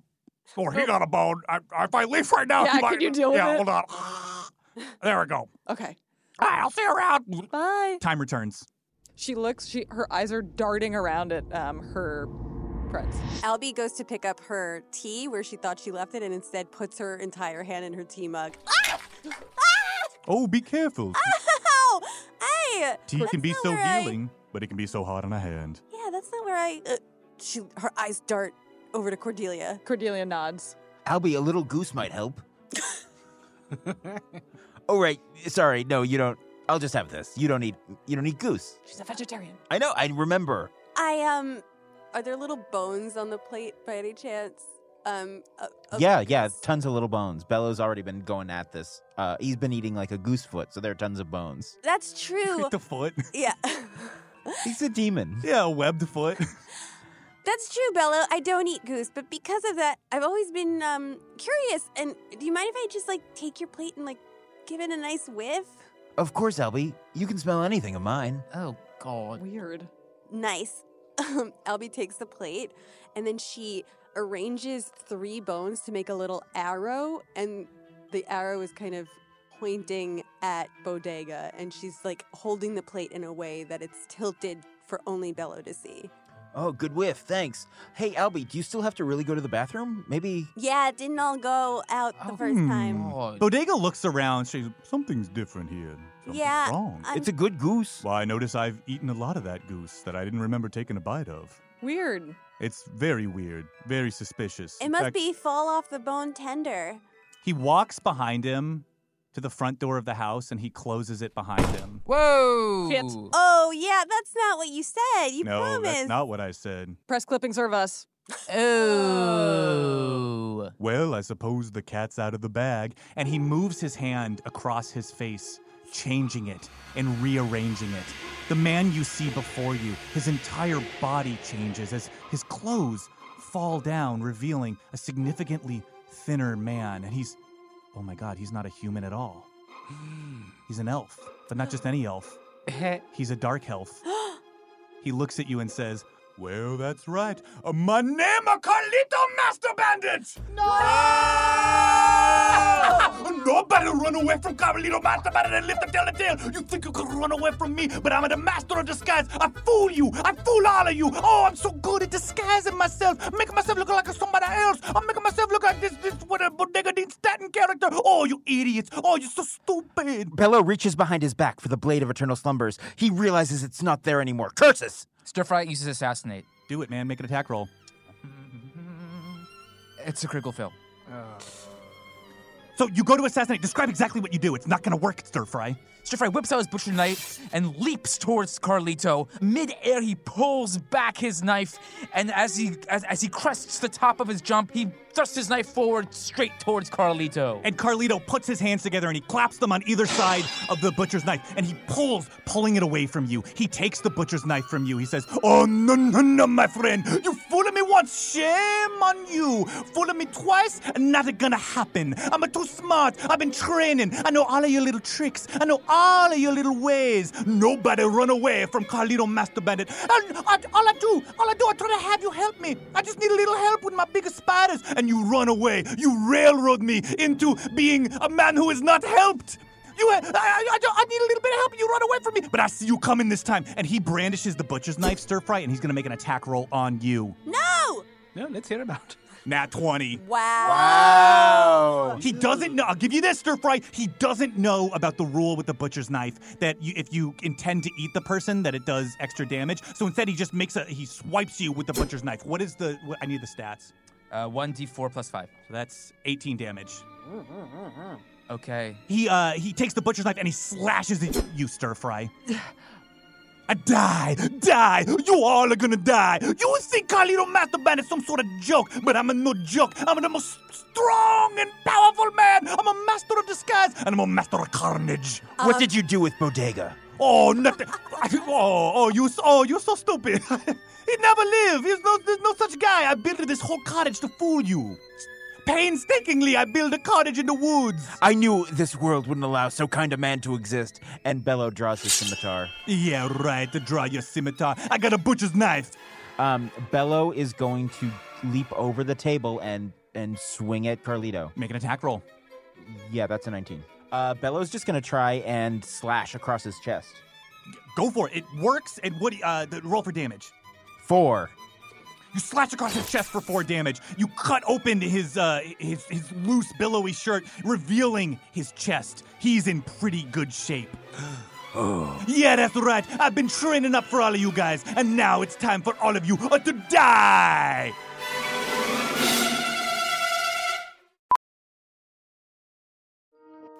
Speaker 3: Or he got a bone. I, if I leave right now,
Speaker 7: Yeah,
Speaker 3: he
Speaker 7: can
Speaker 3: might-
Speaker 7: you deal with
Speaker 3: yeah,
Speaker 7: it?
Speaker 3: hold on. there we go.
Speaker 7: Okay,
Speaker 3: All right, I'll see you around.
Speaker 7: bye.
Speaker 3: Time returns.
Speaker 7: She looks. She her eyes are darting around at um her friends.
Speaker 4: Albie goes to pick up her tea where she thought she left it and instead puts her entire hand in her tea mug. <laughs> Ah!
Speaker 3: Oh, be careful.
Speaker 4: Ow! Oh, Hey!
Speaker 3: Tea
Speaker 4: can be That's so all right. healing,
Speaker 3: but it can be so hot on a hand.
Speaker 4: Yeah, that's not where I. Uh, she, her eyes dart over to Cordelia.
Speaker 7: Cordelia nods.
Speaker 6: Albie, a little goose might help. oh right, sorry. No, you don't. I'll just have this. You don't need. You don't need goose.
Speaker 7: She's a vegetarian.
Speaker 6: I know. I remember.
Speaker 4: I, um, are there little bones on the plate by any chance? Um, uh, uh,
Speaker 6: Yeah, yeah. Tons of little bones. Bello's already been going at this. Uh, he's been eating like a goose foot, so there are tons of bones.
Speaker 4: That's true.
Speaker 3: The foot.
Speaker 4: yeah.
Speaker 6: <laughs> He's a demon.
Speaker 3: Yeah, webbed foot.
Speaker 4: That's true, Bello. I don't eat goose, but because of that, I've always been um curious. And do you mind if I just like take your plate and like give it a nice whiff?
Speaker 6: <laughs> Of course, Albie. You can smell anything of mine.
Speaker 9: Oh God.
Speaker 7: Weird.
Speaker 4: Nice. <laughs> Um, Albie takes the plate and then she arranges three bones to make a little arrow, and the arrow is kind of pointing at Bodega, and she's like holding the plate in a way that it's tilted for only Bello to see.
Speaker 6: Oh, good whiff. Thanks. Hey, Albie, do you still have to really go to the bathroom? Maybe.
Speaker 4: Yeah, it didn't all go out the first time.
Speaker 9: Oh,
Speaker 3: Bodega looks around. She's something's different here. Something's
Speaker 4: Yeah,
Speaker 3: wrong.
Speaker 4: I'm-
Speaker 6: It's a good goose.
Speaker 3: well, I notice I've eaten a lot of that goose that I didn't remember taking a bite of.
Speaker 7: Weird.
Speaker 3: It's very weird, very suspicious.
Speaker 4: It
Speaker 3: In
Speaker 4: must
Speaker 3: fact,
Speaker 4: be fall off the bone tender.
Speaker 3: He walks behind him to the front door of the house and he closes it behind him.
Speaker 9: whoa!
Speaker 7: Shit.
Speaker 4: Oh yeah, that's not what you said. You
Speaker 3: no, that's
Speaker 4: promised.
Speaker 3: not what I said.
Speaker 7: Press clippings serve
Speaker 4: <laughs>
Speaker 7: us.
Speaker 9: Oh.
Speaker 3: Well, I suppose the cat's out of the bag. And he moves his hand across his face, changing it and rearranging it. The man you see before you, his entire body changes as his clothes fall down, revealing a significantly thinner man. And he's, oh my god, he's not a human at all. He's an elf, but not just any elf. He's a dark elf. he looks at you and says, Well, that's right. Uh, my name is Carlito Master Bandit! No! Ah! <laughs> Nobody run away from Carlito Master Bandit and live to tell the tale. You think you could run away from me, but I'm the master of disguise. I fool you. I fool all of you. Oh, I'm so good at disguising myself, making myself look like somebody else. I'm making myself look like this, this, what a bodega Dean Staten character. Oh, you idiots. Oh, you're so stupid.
Speaker 6: Bello reaches behind his back for the blade of eternal slumbers. He realizes it's not there anymore. Curses!
Speaker 9: Stir fry uses assassinate.
Speaker 3: Do it, man. Make an attack roll.
Speaker 9: It's a critical fail.
Speaker 3: So you go to assassinate. Describe exactly what you do. It's not going to work, Stir Fry.
Speaker 9: Stir fry whips out his butcher knife and leaps towards Carlito. Mid-air, he pulls back his knife, and as he as, as he crests the top of his jump, he thrusts his knife forward straight towards Carlito.
Speaker 3: And Carlito puts his hands together and he claps them on either side of the butcher's knife and he pulls, pulling it away from you. He takes the butcher's knife from you. He says, Oh, no, no, no, my friend. You fooled me once. Shame on you. Fooling me twice? Not gonna happen. I'm too smart. I've been training. I know all of your little tricks. I know all of your little ways. Nobody run away from Carlito Master Bandit. And I, all I do, all I do, I try to have you help me. I just need a little help with my biggest spiders. And you run away. You railroad me into being a man who is not helped. You, I, I, I, I need a little bit of help, and you run away from me. But I see you coming this time, and he brandishes the butcher's knife, stir fry, and he's gonna make an attack roll on you.
Speaker 4: No!
Speaker 13: No, let's hear about.
Speaker 3: Nat twenty.
Speaker 4: Wow.
Speaker 3: He doesn't know. I'll give you this, stir fry. He doesn't know about the rule with the butcher's knife that you, if you intend to eat the person, that it does extra damage. So instead, he just makes a he swipes you with the butcher's knife. What is the? What, I need the stats.
Speaker 9: Uh, one d4 plus five.
Speaker 3: So that's 18 damage.
Speaker 9: Okay.
Speaker 3: He uh he takes the butcher's knife and he slashes it. You stir fry. I die, die. You all are gonna die. You think Carlito Master Bandit is some sort of joke, but I'm a no joke. I'm the most strong and powerful man. I'm a master of disguise and I'm a master of carnage.
Speaker 6: what did you do with Bodega?
Speaker 3: Oh, nothing. I- oh, oh, you, s- oh, you're so stupid. <laughs> he never lived. He's no, there's no such guy. I built this whole cottage to fool you. Painstakingly, I built a cottage in the woods.
Speaker 6: I knew this world wouldn't allow so kind a man to exist. And Bello draws his scimitar.
Speaker 3: Yeah, right. To draw your scimitar, I got a butcher's knife.
Speaker 6: Um, Bello is going to leap over the table and and swing at Carlito.
Speaker 3: Make an attack roll.
Speaker 6: Yeah, that's a 19. Uh, Bello's just going to try and slash across his chest.
Speaker 3: Go for it. It works. And what? Uh, the roll for damage.
Speaker 6: Four.
Speaker 3: You slash across his chest for four damage. You cut open his uh, his his loose, billowy shirt, revealing his chest. He's in pretty good shape. Yeah, that's right. I've been training up for all of you guys, and now it's time for all of you uh, to die.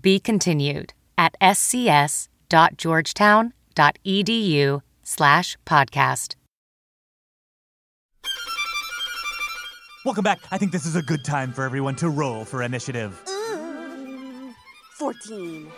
Speaker 14: Be continued at scs.georgetown.edu E slash podcast.
Speaker 3: Welcome back. I think this is a good time for everyone to roll for initiative.
Speaker 4: Uh, 14.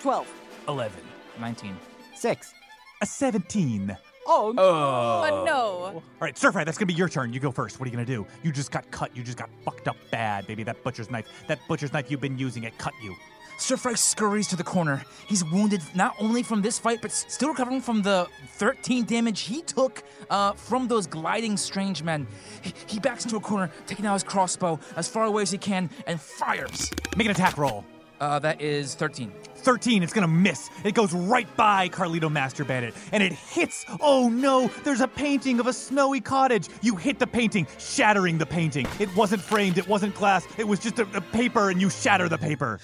Speaker 4: 12.
Speaker 9: 11. 19.
Speaker 3: 6. A 17.
Speaker 7: Oh,
Speaker 3: Oh.
Speaker 7: no.
Speaker 3: All right, Stir Fry, that's going to be your turn. You go first. What are you going to do? You just got cut. You just got fucked up bad, baby. That butcher's knife, that butcher's knife you've been using, it cut you.
Speaker 9: Sir Frank scurries to the corner. He's wounded not only from this fight, but s- still recovering from the 13 damage he took uh, from those gliding strange men. He, he backs into a corner, taking out his crossbow as far away as he can, and fires. <sighs>
Speaker 3: Make an attack roll.
Speaker 9: Uh, that is 13.
Speaker 3: 13, it's going to miss. It goes right by Carlito Master Bandit, and it hits. Oh no, there's a painting of a snowy cottage. You hit the painting, shattering the painting. It wasn't framed, it wasn't glass, it was just a, a paper, and you shatter the paper.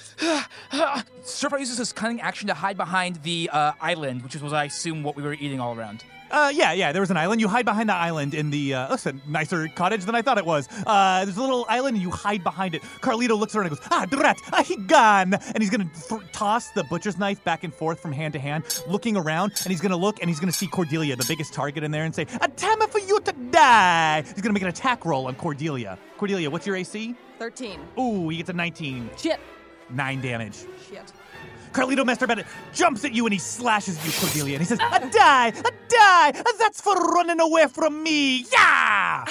Speaker 9: Sir Frank uses his cunning action to hide behind the uh, island, which was, I assume, what we were eating all around.
Speaker 3: Uh, yeah, yeah. There was an island. You hide behind the island in the uh, looks a nicer cottage than I thought it was. Uh, there's a little island, and you hide behind it. Carlito looks around and goes, "Ah, drat, ah, he gone!" And he's gonna th- toss the butcher's knife back and forth from hand to hand, looking around, and he's gonna look and he's gonna see Cordelia, the biggest target in there, and say, "A time for you to die!" He's gonna make an attack roll on Cordelia. Cordelia, what's your AC?
Speaker 7: 13.
Speaker 3: Ooh, he gets a 19.
Speaker 7: Shit.
Speaker 3: Nine damage.
Speaker 7: Shit.
Speaker 3: Carlito Master Bandit jumps at you and he slashes you, Cordelia, and he says, <laughs> "A Uh, die, a die, a that's for running away from me, yeah!"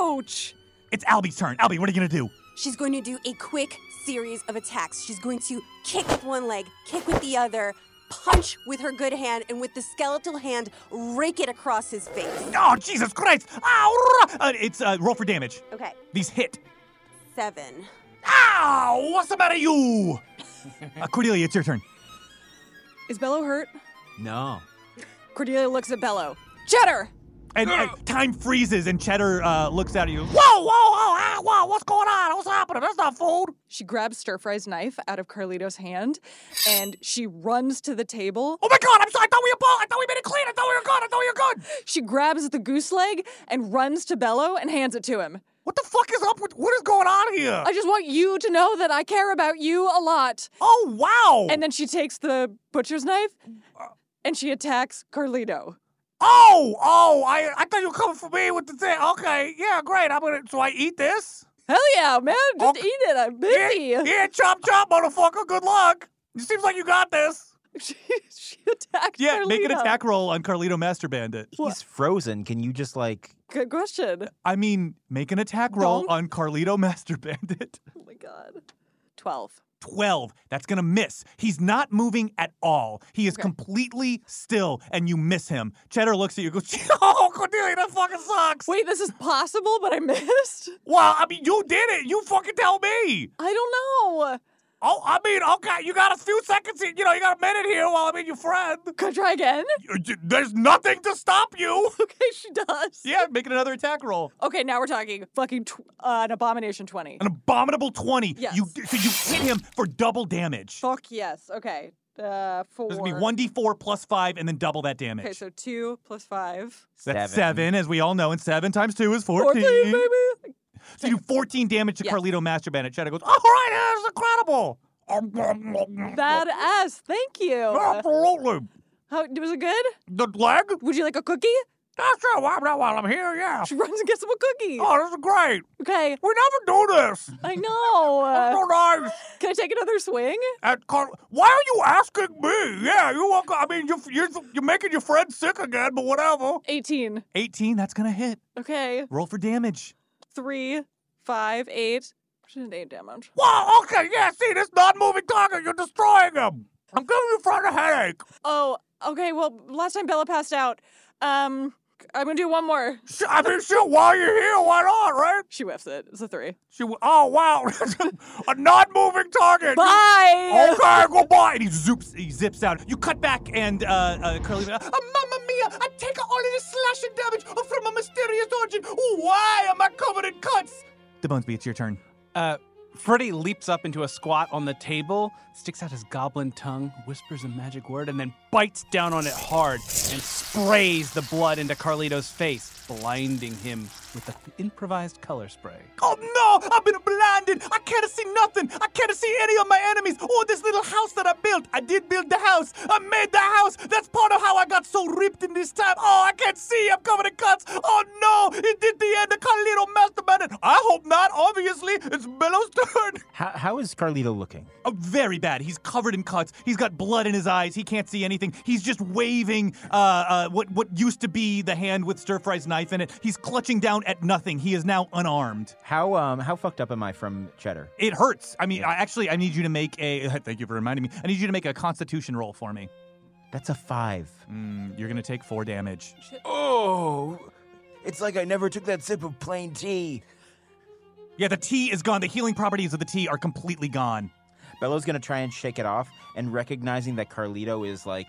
Speaker 7: Ouch!
Speaker 3: It's Albie's turn. Albie, what are you gonna do?
Speaker 4: She's going to do a quick series of attacks. She's going to kick with one leg, kick with the other, punch with her good hand, and with the skeletal hand, rake it across his face.
Speaker 3: Oh, Jesus Christ! Ow! rah! Uh, it's uh, roll for damage.
Speaker 4: Okay,
Speaker 3: These hit.
Speaker 4: seven.
Speaker 3: Ow! What's the
Speaker 6: <laughs>
Speaker 3: matter, you? Uh, Cordelia, it's your turn.
Speaker 7: Is Bello hurt?
Speaker 3: No.
Speaker 7: Cordelia looks at Bello. Cheddar!
Speaker 3: And, and time freezes, and Cheddar uh, looks out at you. Whoa, whoa, whoa, ah, whoa! What's going on? What's happening? That's not food.
Speaker 7: She grabs Stir Fry's knife out of Carlito's hand and she runs to the table.
Speaker 3: Oh my god, I'm sorry, I thought we were ball. I thought we made it clean. I thought we were good. I thought we were good.
Speaker 7: She grabs the goose leg and runs to Bello and hands it to him.
Speaker 3: What the fuck is up with what is going on here?
Speaker 7: I just want you to know that I care about you a lot.
Speaker 3: Oh, wow. Uh.
Speaker 7: And then she takes the butcher's knife and she attacks Carlito.
Speaker 3: Oh, oh, I, I thought you were coming for me with the thing. Okay, yeah, great. I'm gonna. So I eat this?
Speaker 7: Hell yeah, man. Just eat it. I'm busy.
Speaker 3: Yeah, yeah, chop, chop, motherfucker. Good luck. It seems like you got this.
Speaker 7: <laughs> she, she attacked
Speaker 3: Yeah, make an
Speaker 7: Carlito.
Speaker 3: attack roll on Carlito Master Bandit.
Speaker 7: What?
Speaker 6: Frozen, can you just like.
Speaker 7: Good question.
Speaker 3: I mean, make an attack roll
Speaker 7: Don't.
Speaker 3: on Carlito Master Bandit. <laughs>
Speaker 7: Oh my god. 12.
Speaker 3: 12. That's going to miss. He's not moving at all. He is completely still, and you miss him. Cheddar looks at you and goes, <laughs> Oh, Cordelia, that fucking sucks.
Speaker 7: Wait, this is possible, but I missed?
Speaker 3: Well, I mean, you did it. You fucking tell me.
Speaker 7: I don't know.
Speaker 3: Oh, I mean, okay, you got a few seconds here. You know, you got a minute here while I'm in your friend.
Speaker 7: Could I try again?
Speaker 3: You- you- There's nothing to stop you.
Speaker 7: <laughs> Okay, she does.
Speaker 3: yeah, making another attack roll.
Speaker 7: Okay, now we're talking fucking tw- uh, an abomination 20.
Speaker 3: An abominable 20.
Speaker 7: Yes.
Speaker 3: You, so you hit him for double damage.
Speaker 7: Fuck yes. Okay. Uh, four.
Speaker 3: There's going to be 1d4 plus 5 and then double that damage.
Speaker 7: Okay, so two plus five.
Speaker 3: That's seven. as we all know, and seven times two is 14.
Speaker 7: 14, baby.
Speaker 3: So you do 14 damage to
Speaker 7: Yes.
Speaker 3: Carlito Master Bandit. Cheddar goes, all right, that's incredible.
Speaker 7: That ass. Thank you.
Speaker 3: <laughs> Absolutely.
Speaker 7: How was it good?
Speaker 3: The leg?
Speaker 7: Would you like a cookie?
Speaker 3: That's right. Why not while I'm here? Yeah.
Speaker 7: She runs and gets him a cookie.
Speaker 3: Oh, this is great.
Speaker 7: Okay.
Speaker 3: We never do this.
Speaker 7: I
Speaker 3: <laughs> That's
Speaker 7: know.
Speaker 3: so nice.
Speaker 7: Can I take another swing?
Speaker 3: At Carl, why are you asking me? Yeah, you. are- I mean, you're, you're you're making your friend sick again, but whatever.
Speaker 7: 18.
Speaker 3: 18. That's gonna hit.
Speaker 7: Okay.
Speaker 3: Roll for damage.
Speaker 7: Three, five, eight. Shouldn't eight damage.
Speaker 3: Wow. Okay. Yeah. See, this non-moving target, you're destroying him. I'm giving your friend a headache.
Speaker 7: Oh, okay. Well, last time Bella passed out. Um, I'm gonna do one more.
Speaker 3: Sh- I mean, sure. While you're here, why not, right?
Speaker 7: She whiffs it. It's a three.
Speaker 3: She. w- Oh wow. <laughs> a non-moving target. You-
Speaker 7: Bye.
Speaker 3: Okay, goodbye. And he zoops, he zips out. You cut back, and uh, uh Curly, uh, Mamma Mia! I take all of this slashing damage from a mysterious origin. Why am I covered in cuts? Debonsby, it's your turn.
Speaker 13: Uh, Freddy leaps up into a squat on the table, sticks out his goblin tongue, whispers a magic word, and then bites down on it hard and sprays the blood into Carlito's face, blinding him with the improvised color spray.
Speaker 15: Oh no! I've been blinded! I can't see nothing! I can't see any of my enemies or this little house that I built! I did build the house! I made the house! That's part of how I got so ripped in this time! Oh, I can't see! I'm covered in cuts! Oh no! It did the end! The Carlito masterminded! I hope not! Obviously, it's Billow's turn! <laughs>
Speaker 6: How, how is Carlito looking?
Speaker 15: Oh, very bad. He's covered in cuts. He's got blood in his eyes. He can't see anything. He's just waving uh, uh, what what used to be the hand with stir fry's knife in it. He's clutching down at nothing. He is now unarmed.
Speaker 6: How um how fucked up am I from cheddar?
Speaker 15: It hurts. I mean, I actually, I need you to make a. <laughs> Thank you for reminding me. I need you to make a Constitution roll for me.
Speaker 6: That's a five.
Speaker 15: Mm, you're gonna take four damage.
Speaker 6: Oh, it's like I never took that sip of plain tea.
Speaker 15: Yeah, the tea is gone. The healing properties of the tea are completely gone.
Speaker 6: Bello's gonna try and shake it off, and recognizing that Carlito is like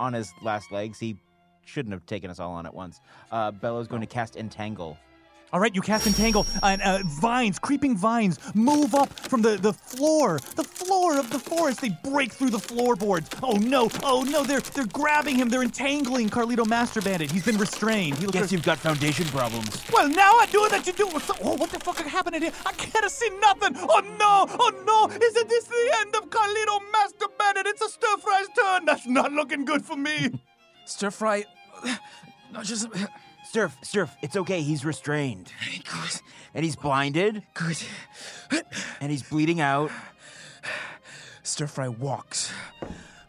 Speaker 6: on his last legs, he shouldn't have taken us all on at once. Uh, Bello's going to cast Entangle.
Speaker 15: All right, you cast entangle, and uh, vines, creeping vines, move up from the, the floor, the floor of the forest. They break through the floorboards. Oh no! Oh no! They're they're grabbing him. They're entangling Carlito Master Bandit. He's been restrained. He looks.
Speaker 6: Guess you've got foundation problems.
Speaker 15: Well, now I do that you do. What's the- oh, what the fuck happened here? I can't see nothing. Oh no! Oh no! Isn't this the end of Carlito Master Bandit? It's a stir fry's turn. That's not looking good for me.
Speaker 9: Stir fry, not
Speaker 6: <sighs>
Speaker 9: just.
Speaker 6: Surf, Surf, it's okay. He's restrained. And he's blinded.
Speaker 9: Good.
Speaker 6: And he's bleeding out.
Speaker 9: Stir Fry walks,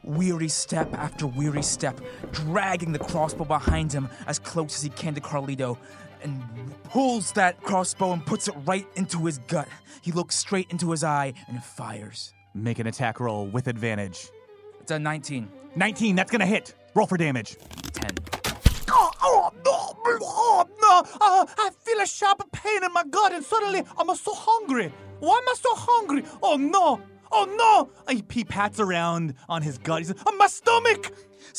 Speaker 9: weary step after weary step, dragging the crossbow behind him as close as he can to Carlito, and pulls that crossbow and puts it right into his gut. He looks straight into his eye and fires.
Speaker 15: Make an attack roll with advantage.
Speaker 9: It's a 19.
Speaker 15: 19, that's gonna hit. Roll for damage.
Speaker 9: 10.
Speaker 15: Oh, oh, no, oh, no. Uh, I feel a sharp pain in my gut, and suddenly I'm so hungry. Why am I so hungry? Oh, no. Oh, no. He, he pats around on his gut. He says, oh, my stomach.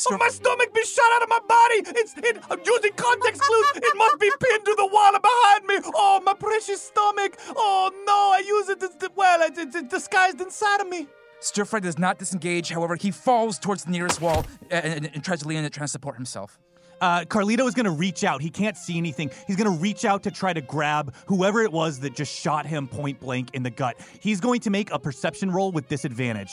Speaker 15: Oh, my stomach be shot out of my body. It's it, I'm using context clues. It must be pinned to the wall behind me. Oh, my precious stomach. Oh, no. I use it. As,
Speaker 10: uh,
Speaker 15: well, it's, it's disguised inside of me.
Speaker 9: Stir Fry does not disengage, however, he falls towards the nearest wall and, and, and tries to lean in it, trying to support himself.
Speaker 15: Uh, Carlito is going to reach out. He can't see anything. He's going to reach out to try to grab whoever it was that just shot him point blank in the gut. He's going to make a perception roll with disadvantage.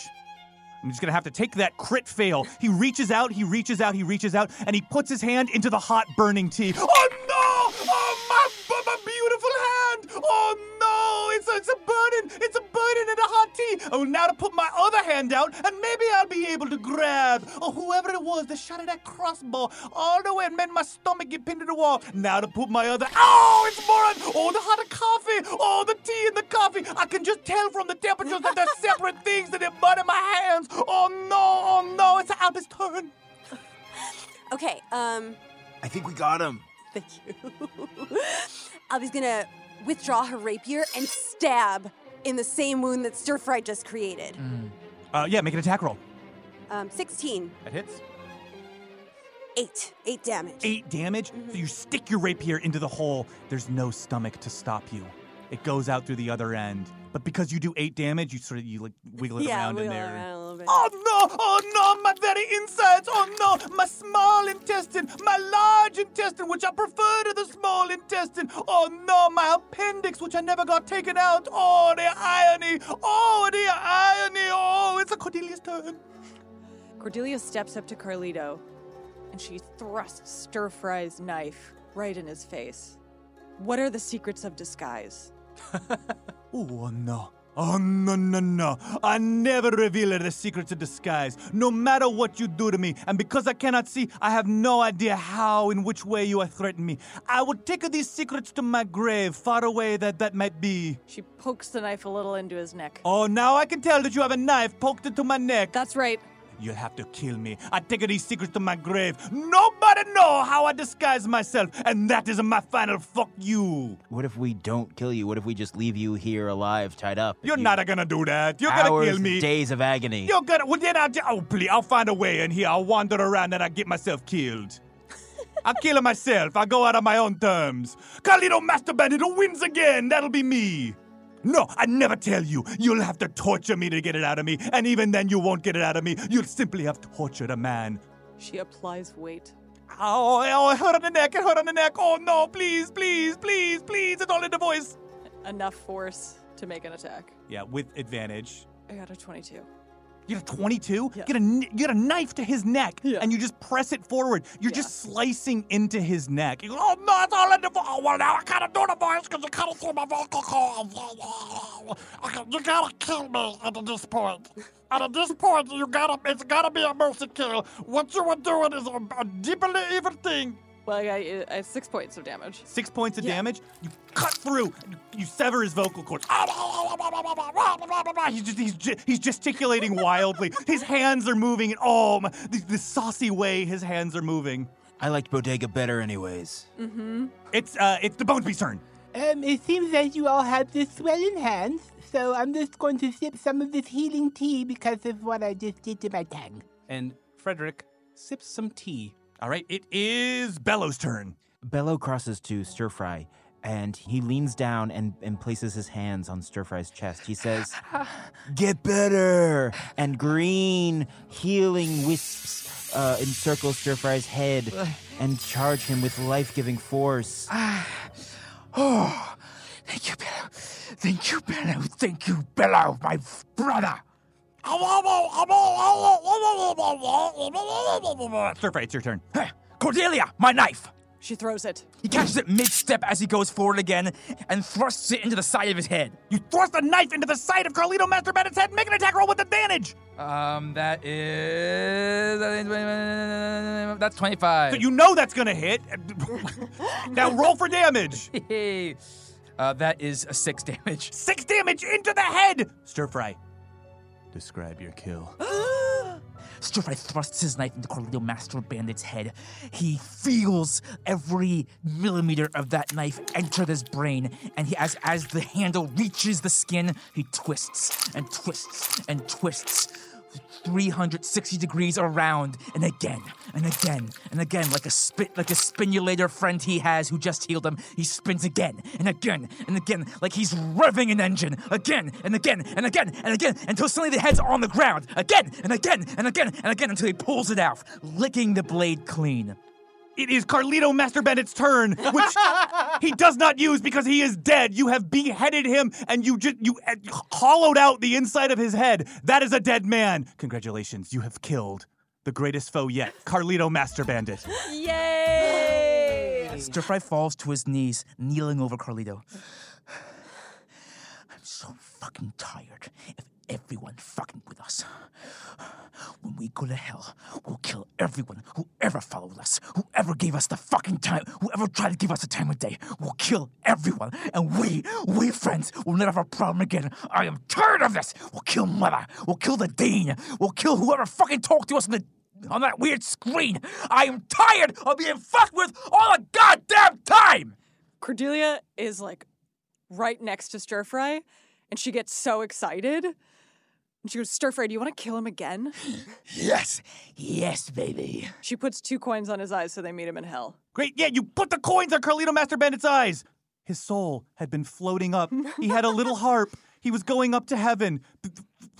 Speaker 15: I'm just going to have to take that crit fail. He reaches out, he reaches out, he reaches out, and he puts his hand into the hot burning tea. Oh no! Oh my, my, my beautiful hand! Oh no! It's a, it's a burden! It's a burden in a hot tea! Oh, now to put my other hand out, and maybe I'll be able to grab oh, whoever it was that shot at that crossbow all the way and made my stomach get pinned to the wall. Now to put my other. Oh, it's moron! Oh, the hot coffee! Oh, the tea and the coffee! I can just tell from the temperatures that they're separate things and they're burning my hands! Oh no! Oh no! It's Albus' turn!
Speaker 4: Okay, um,
Speaker 6: I think we got him.
Speaker 4: thank you. Albie's gonna withdraw her rapier and stab in the same wound that Stir Fry just created.
Speaker 15: Uh, yeah, make an attack roll.
Speaker 4: Um, 16,
Speaker 15: That hits.
Speaker 4: 8, 8 damage. Mm-hmm.
Speaker 15: eight damage. So you stick your rapier into the hole. There's no stomach to stop you. It goes out through the other end. But because you do eight damage, you sort of you like wiggle it
Speaker 4: yeah,
Speaker 15: around in
Speaker 4: wiggle
Speaker 15: there.
Speaker 4: around a little bit.
Speaker 15: Oh no! Oh no! My very insides! Oh no! My small intestine! My large intestine, which I prefer to the small intestine! Oh no! My appendix, which I never got taken out! Oh, the irony! Oh, the irony! Oh, it's a Cordelia's turn!
Speaker 7: Cordelia steps up to Carlito and she thrusts Stir Fry's knife right in his face. What are the secrets of disguise?
Speaker 15: Oh no. Oh no no no. I never reveal the secrets of disguise, no matter what you do to me. And because I cannot see, I have no idea how in which way you are threatening me. I will take these secrets to my grave, far away that that might be.
Speaker 7: She pokes the knife a little into his neck.
Speaker 15: Oh, now I can tell that you have a knife poked into my neck.
Speaker 7: That's right.
Speaker 15: You'll have to kill me. I take these secrets to my grave. Nobody know how I disguise myself, and that is my final fuck you.
Speaker 6: What if we don't kill you? What if we just leave you here alive, tied up?
Speaker 15: You're
Speaker 6: You-
Speaker 15: not gonna do that. You're
Speaker 6: hours,
Speaker 15: gonna kill me.
Speaker 6: Days of agony.
Speaker 15: You're gonna. Well, then I'll. ju- Oh, please. I'll find a way in here. I'll wander around and I get myself killed. I'll kill myself. I go out on my own terms. Carlito Master Bandito wins again. That'll be me.
Speaker 3: No, I never tell you. You'll have to torture me to get it out of me, and even then you won't get it out of me. You'll simply have tortured a man.
Speaker 7: She applies weight.
Speaker 3: Oh, oh, it hurt on the neck, it hurt on the neck. Oh no, please, please, please, please. It's all in the voice.
Speaker 7: Enough force to make an attack.
Speaker 3: Yeah, with advantage.
Speaker 7: I got a 22.
Speaker 3: You get a 22?
Speaker 7: Yeah.
Speaker 3: Get a kn- you get a knife to his neck, and you just press it forward. You're just slicing into his neck. You go, oh no, it's all in the voice. Oh, well, now I gotta do the voice because you cut it through my vocal cords. <laughs>
Speaker 10: Okay, you gotta kill me at this point. And at this point, you gotta, it's gotta be a mercy kill. What you are doing is a, a deeply evil thing.
Speaker 7: Well, I got I have six points of damage.
Speaker 3: Six points of damage. You cut through. You, you sever his vocal cords. Ah, He's just, he's, ge- he's gesticulating wildly. His hands are moving in all my, the, the saucy way his hands are moving.
Speaker 6: I liked Bodega better, anyways.
Speaker 16: Mm-hmm.
Speaker 3: It's uh, it's the Bonesby's turn.
Speaker 16: Um, it seems that you all have this swelling hands, so I'm just going to sip some of this healing tea because of what I just did to my tongue.
Speaker 13: And Frederick sips some tea.
Speaker 3: All right, it is Bellow's turn.
Speaker 6: Bello crosses to Stir Fry, and he leans down and, and places his hands on Stir Fry's chest.
Speaker 15: <sighs>
Speaker 6: He says, Get better! And green healing wisps uh, encircle Stir
Speaker 15: <sighs>
Speaker 6: Fry's head and charge him with life giving force.
Speaker 10: Ah. Oh, thank you, Bello. Thank you, Bello. Thank you, Bello, my f- brother.
Speaker 9: Oh,
Speaker 3: Stir Fry, it's your turn.
Speaker 9: Cordelia, my knife!
Speaker 7: She throws it.
Speaker 9: He catches it mid step as he goes forward again and thrusts it into the side of his head.
Speaker 3: You thrust a knife into <laughs> the side of Carlito Master Bandit's head. Make an attack roll with advantage.
Speaker 9: Um, that is. That's 25.
Speaker 3: So you know that's
Speaker 9: <laughs>
Speaker 3: gonna hit. now roll for damage.
Speaker 9: uh, that is a six damage.
Speaker 3: <laughs> Six damage into the head. Stir Fry, describe your kill.
Speaker 9: Stirfry thrusts his knife into Corleto Master Bandit's head. He feels every millimeter of that knife enter his brain, and he, as as the handle reaches the skin, he twists and twists and twists. 360 degrees around and again and again and again like a spit like a spinulator friend he has who just healed him he spins again and again and again like he's revving an engine again and again and again and again until suddenly the head's on the ground again and again and again and again until he pulls it out licking the blade clean
Speaker 3: It is Carlito Master Bennett's turn, which he does not use because he is dead. You have beheaded him, and you just you uh, hollowed out the inside of his head. That is a dead man. Congratulations, you have killed the greatest foe yet, Carlito Master Bandit.
Speaker 7: Yay!
Speaker 9: Stirfry falls to his knees, kneeling over Carlito. <sighs> I'm so fucking tired of everyone fucking with us. When we go to hell, we'll kill everyone who ever followed us, whoever gave us the fucking time, whoever tried to give us the time of day. We'll kill everyone, and we, we friends, will never have a problem again. I am tired of this. We'll kill Mother. We'll kill the Dean. We'll kill whoever fucking talked to us in the on that weird screen. I am tired of being fucked with all the goddamn time.
Speaker 7: Cordelia is like right next to Stir Fry, and she gets so excited. And she goes, Stir Fry, do you want to kill him
Speaker 3: <laughs>
Speaker 7: again?
Speaker 9: Yes, yes, baby.
Speaker 7: she puts two coins on his eyes so they meet him in hell.
Speaker 3: Great, yeah, you put the coins on Carlito Master Bandit's eyes. His soul had been floating up. He had a little harp. He was going up to heaven.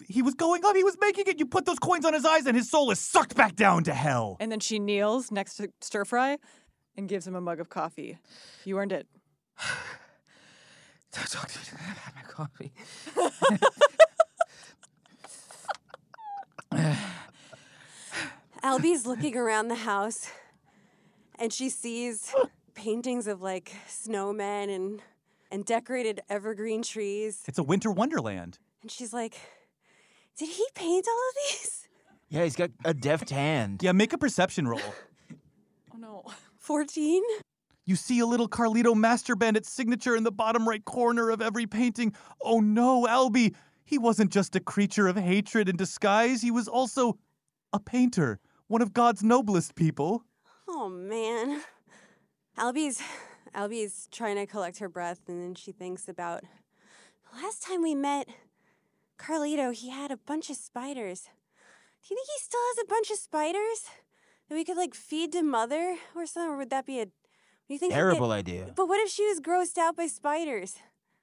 Speaker 3: He was going up. He was making it. You put those coins on his eyes, and his soul is sucked back down to hell.
Speaker 7: And then she kneels next to Stir Fry and gives him a mug of coffee. You
Speaker 3: <sighs>
Speaker 7: earned it.
Speaker 9: Don't talk to me about my coffee.
Speaker 7: <laughs>
Speaker 4: Albie's looking around the house and she sees paintings of like snowmen and and decorated evergreen trees
Speaker 3: It's a winter wonderland.
Speaker 4: and she's like did he paint all of these?
Speaker 6: Yeah, he's got a deft hand.
Speaker 3: Yeah, make a perception roll.
Speaker 7: <laughs> Oh no.
Speaker 4: 14?
Speaker 3: You see a little Carlito Master Bandit's signature in the bottom right corner of every painting. Oh no, Albie! He wasn't just a creature of hatred in disguise, he was also a painter, one of God's noblest people.
Speaker 4: Oh man. Albie's Albie's trying to collect her breath and then she thinks about the last time we met Carlito, he had a bunch of spiders. Do you think he still has a bunch of spiders that we could like feed to mother or something? Or would that be a you think he'd get-
Speaker 6: Terrible idea.
Speaker 4: But what if she was grossed out by spiders?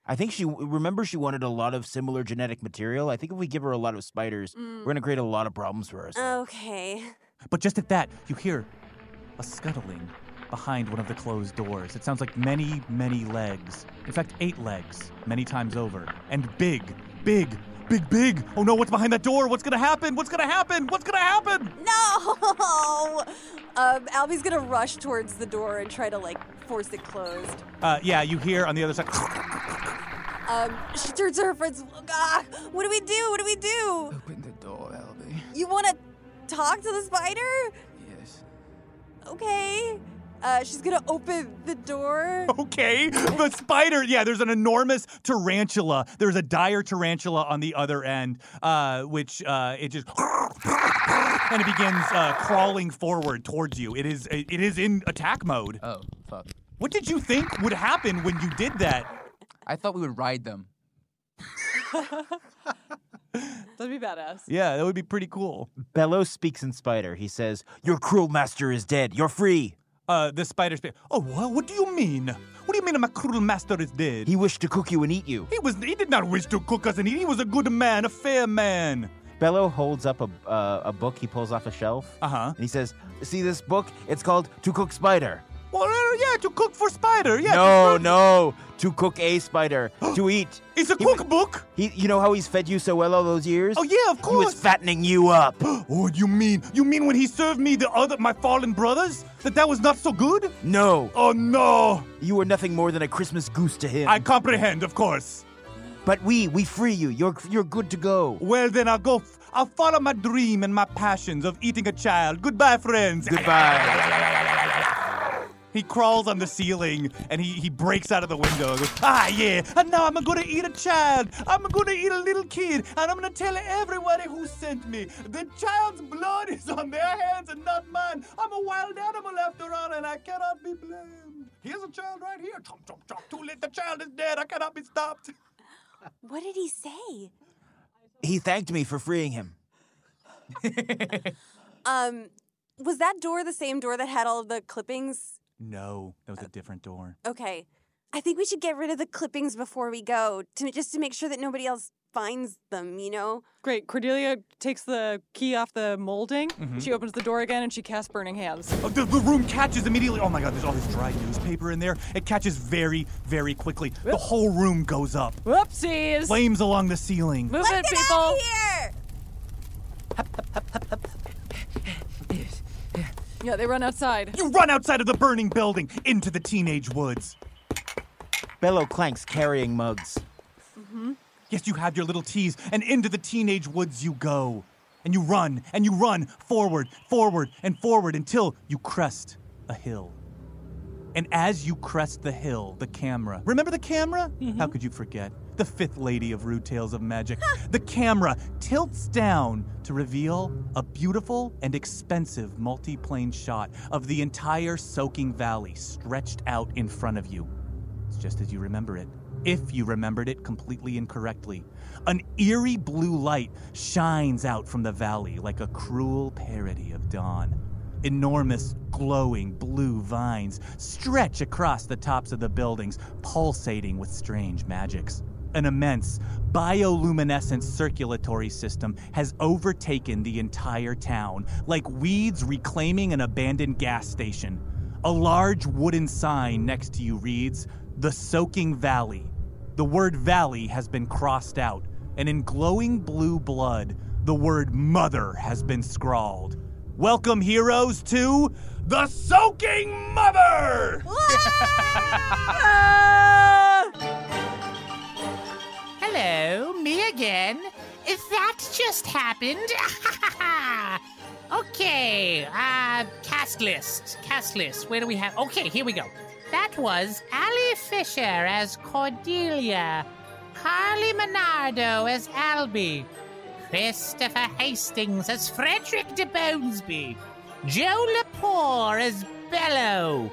Speaker 6: I think she remember she wanted a lot of similar genetic material. I think if we give her a lot of spiders,
Speaker 4: Mm.
Speaker 6: we're gonna create a lot of problems for ourselves.
Speaker 4: Okay. <laughs>
Speaker 3: But just at that, you hear a scuttling behind one of the closed doors. It sounds like many, many legs. In fact, eight legs, many times over. And big, big, big, big. Oh no, what's behind that door? What's gonna happen? What's gonna happen? What's gonna happen?
Speaker 4: No! Um, Albie's gonna rush towards the door and try to like force it closed.
Speaker 3: Uh, yeah, you hear on the other side.
Speaker 4: Um, she turns to her friends. "Ah, what do we do? What do we do? Open the door, Albie. You want to talk to the spider?
Speaker 17: Yes.
Speaker 4: Okay. Uh, she's gonna open the door.
Speaker 3: Okay, <laughs> the spider. Yeah, there's an enormous tarantula. There's a dire tarantula on the other end, uh, which uh, it just <laughs> and it begins uh, crawling forward towards you. It is it is in attack mode.
Speaker 17: Oh fuck!
Speaker 3: What did you think would happen when you did that?
Speaker 17: I thought we would ride them.
Speaker 7: That'd be badass.
Speaker 3: Yeah, that would be pretty cool.
Speaker 6: Bellow speaks in spider. He says, "Your cruel master is dead. You're free."
Speaker 3: Uh, the spider speaks. Oh, what? What do you mean? What do you mean my cruel master is dead?
Speaker 6: He wished to cook you and eat you.
Speaker 3: He was. He did not wish to cook us and eat. He was a good man, a fair man.
Speaker 6: Bello holds up a, uh, a book he pulls off a shelf.
Speaker 3: Uh huh.
Speaker 6: And he says, "See this book? It's called To Cook Spider."
Speaker 3: Well, uh, yeah, to cook for spider. <laughs> Yeah. to
Speaker 6: no,
Speaker 3: cook-
Speaker 6: no, to cook a
Speaker 3: <gasps>
Speaker 6: spider, to eat.
Speaker 3: It's a cookbook.
Speaker 6: He, you know how he's fed you so well all those years?
Speaker 3: Oh yeah, of
Speaker 6: He was
Speaker 3: course.
Speaker 6: fattening you up.
Speaker 3: <gasps> Oh, you mean you mean when he served me the other my fallen brothers that that was not so good?
Speaker 6: No.
Speaker 3: Oh no.
Speaker 6: You were nothing more than a Christmas goose to him.
Speaker 3: I comprehend, of course.
Speaker 6: But we we free you. You're you're good to go.
Speaker 3: Well then, I'll go. F- I'll follow my dream and my passions of eating a child. Goodbye, friends.
Speaker 6: Goodbye.
Speaker 3: <laughs> He crawls on the ceiling and he, he breaks out of the window and goes, Ah, yeah, and now I'm gonna eat a child. I'm gonna eat a little kid, and I'm gonna tell everybody who sent me. The child's blood is on their hands and not mine. I'm a wild animal after all, and I cannot be blamed. Here's a child right here. Chomp, chomp, chomp. Too late, the child is dead. I cannot be stopped.
Speaker 4: What did he say?
Speaker 6: He thanked me for freeing him.
Speaker 4: Um, was that door the same door that had all of the clippings?
Speaker 3: No, that was a different door.
Speaker 4: Okay. I think we should get rid of the clippings before we go, to, just to make sure that nobody else finds them. You know.
Speaker 7: Great. Cordelia takes the key off the molding.
Speaker 3: Mhm.
Speaker 7: She opens the door again and she casts burning hands.
Speaker 3: Oh, the, the room catches immediately. Oh my god, there's all this dry newspaper in there. It catches very, very quickly. The whole room goes up.
Speaker 7: Whoopsies!
Speaker 3: Flames along the ceiling.
Speaker 7: Move it, people!
Speaker 4: here!
Speaker 7: Yeah, they run outside.
Speaker 3: You run outside of the burning building into the teenage woods.
Speaker 6: Bello clanks carrying mugs.
Speaker 7: Mm-hmm.
Speaker 3: Yes, you have your little tees, and into the teenage woods you go. And you run, and you run forward, forward, and forward until you crest a hill. And as you crest the hill, the camera. Remember the camera? How could you forget? The fifth lady of Rude Tales of Magic. the camera tilts down to reveal a beautiful and expensive multi plane shot of the entire soaking valley stretched out in front of you. It's just as you remember it, if you remembered it completely incorrectly. An eerie blue light shines out from the valley like a cruel parody of dawn. Enormous, glowing blue vines stretch across the tops of the buildings, pulsating with strange magics. An immense bioluminescent circulatory system has overtaken the entire town, like weeds reclaiming an abandoned gas station. A large wooden sign next to you reads, The Soaking Valley. The word valley has been crossed out, and in glowing blue blood, the word mother has been scrawled. Welcome, heroes, to The Soaking Mother!
Speaker 2: Ah! Hello, me again. If that just happened. <laughs> okay, uh, cast list. Cast list. Where do we have. Okay, here we go. That was Ali Fisher as Cordelia, Carly Minardo as Albie, Christopher Hastings as Frederick de Bonesby, Joe Lepore as Bello,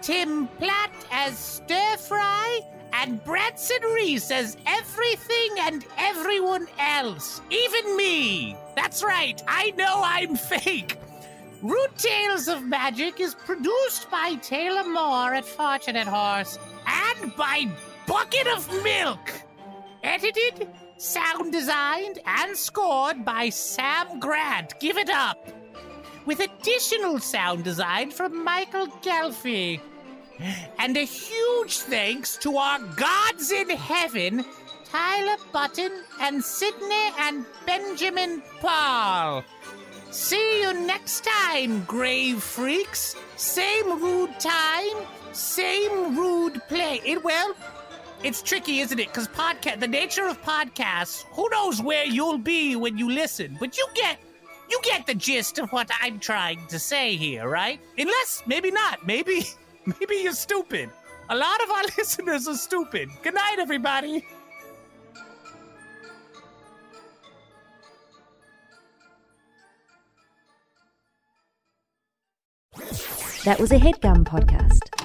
Speaker 2: Tim Platt as Stir Fry, and Branson Reese as everything and everyone else, even me. That's right, I know I'm fake. Root Tales of Magic is produced by Taylor Moore at Fortunate Horse and by bucket of milk. Edited, sound designed, and scored by Sam Grant. Give it up. With additional sound design from Michael Gelfi. And a huge thanks to our gods in heaven, Tyler Button and Sydney and Benjamin Paul. See you next time, grave freaks. Same rude time, same rude play. It well, it's tricky, isn't it? Because podcast, the nature of podcasts, who knows where you'll be when you listen? But you get, you get the gist of what I'm trying to say here, right? Unless maybe not. Maybe, <laughs> maybe you're stupid. A lot of our <laughs> listeners are stupid. Good night, everybody.
Speaker 18: That was a headgum podcast.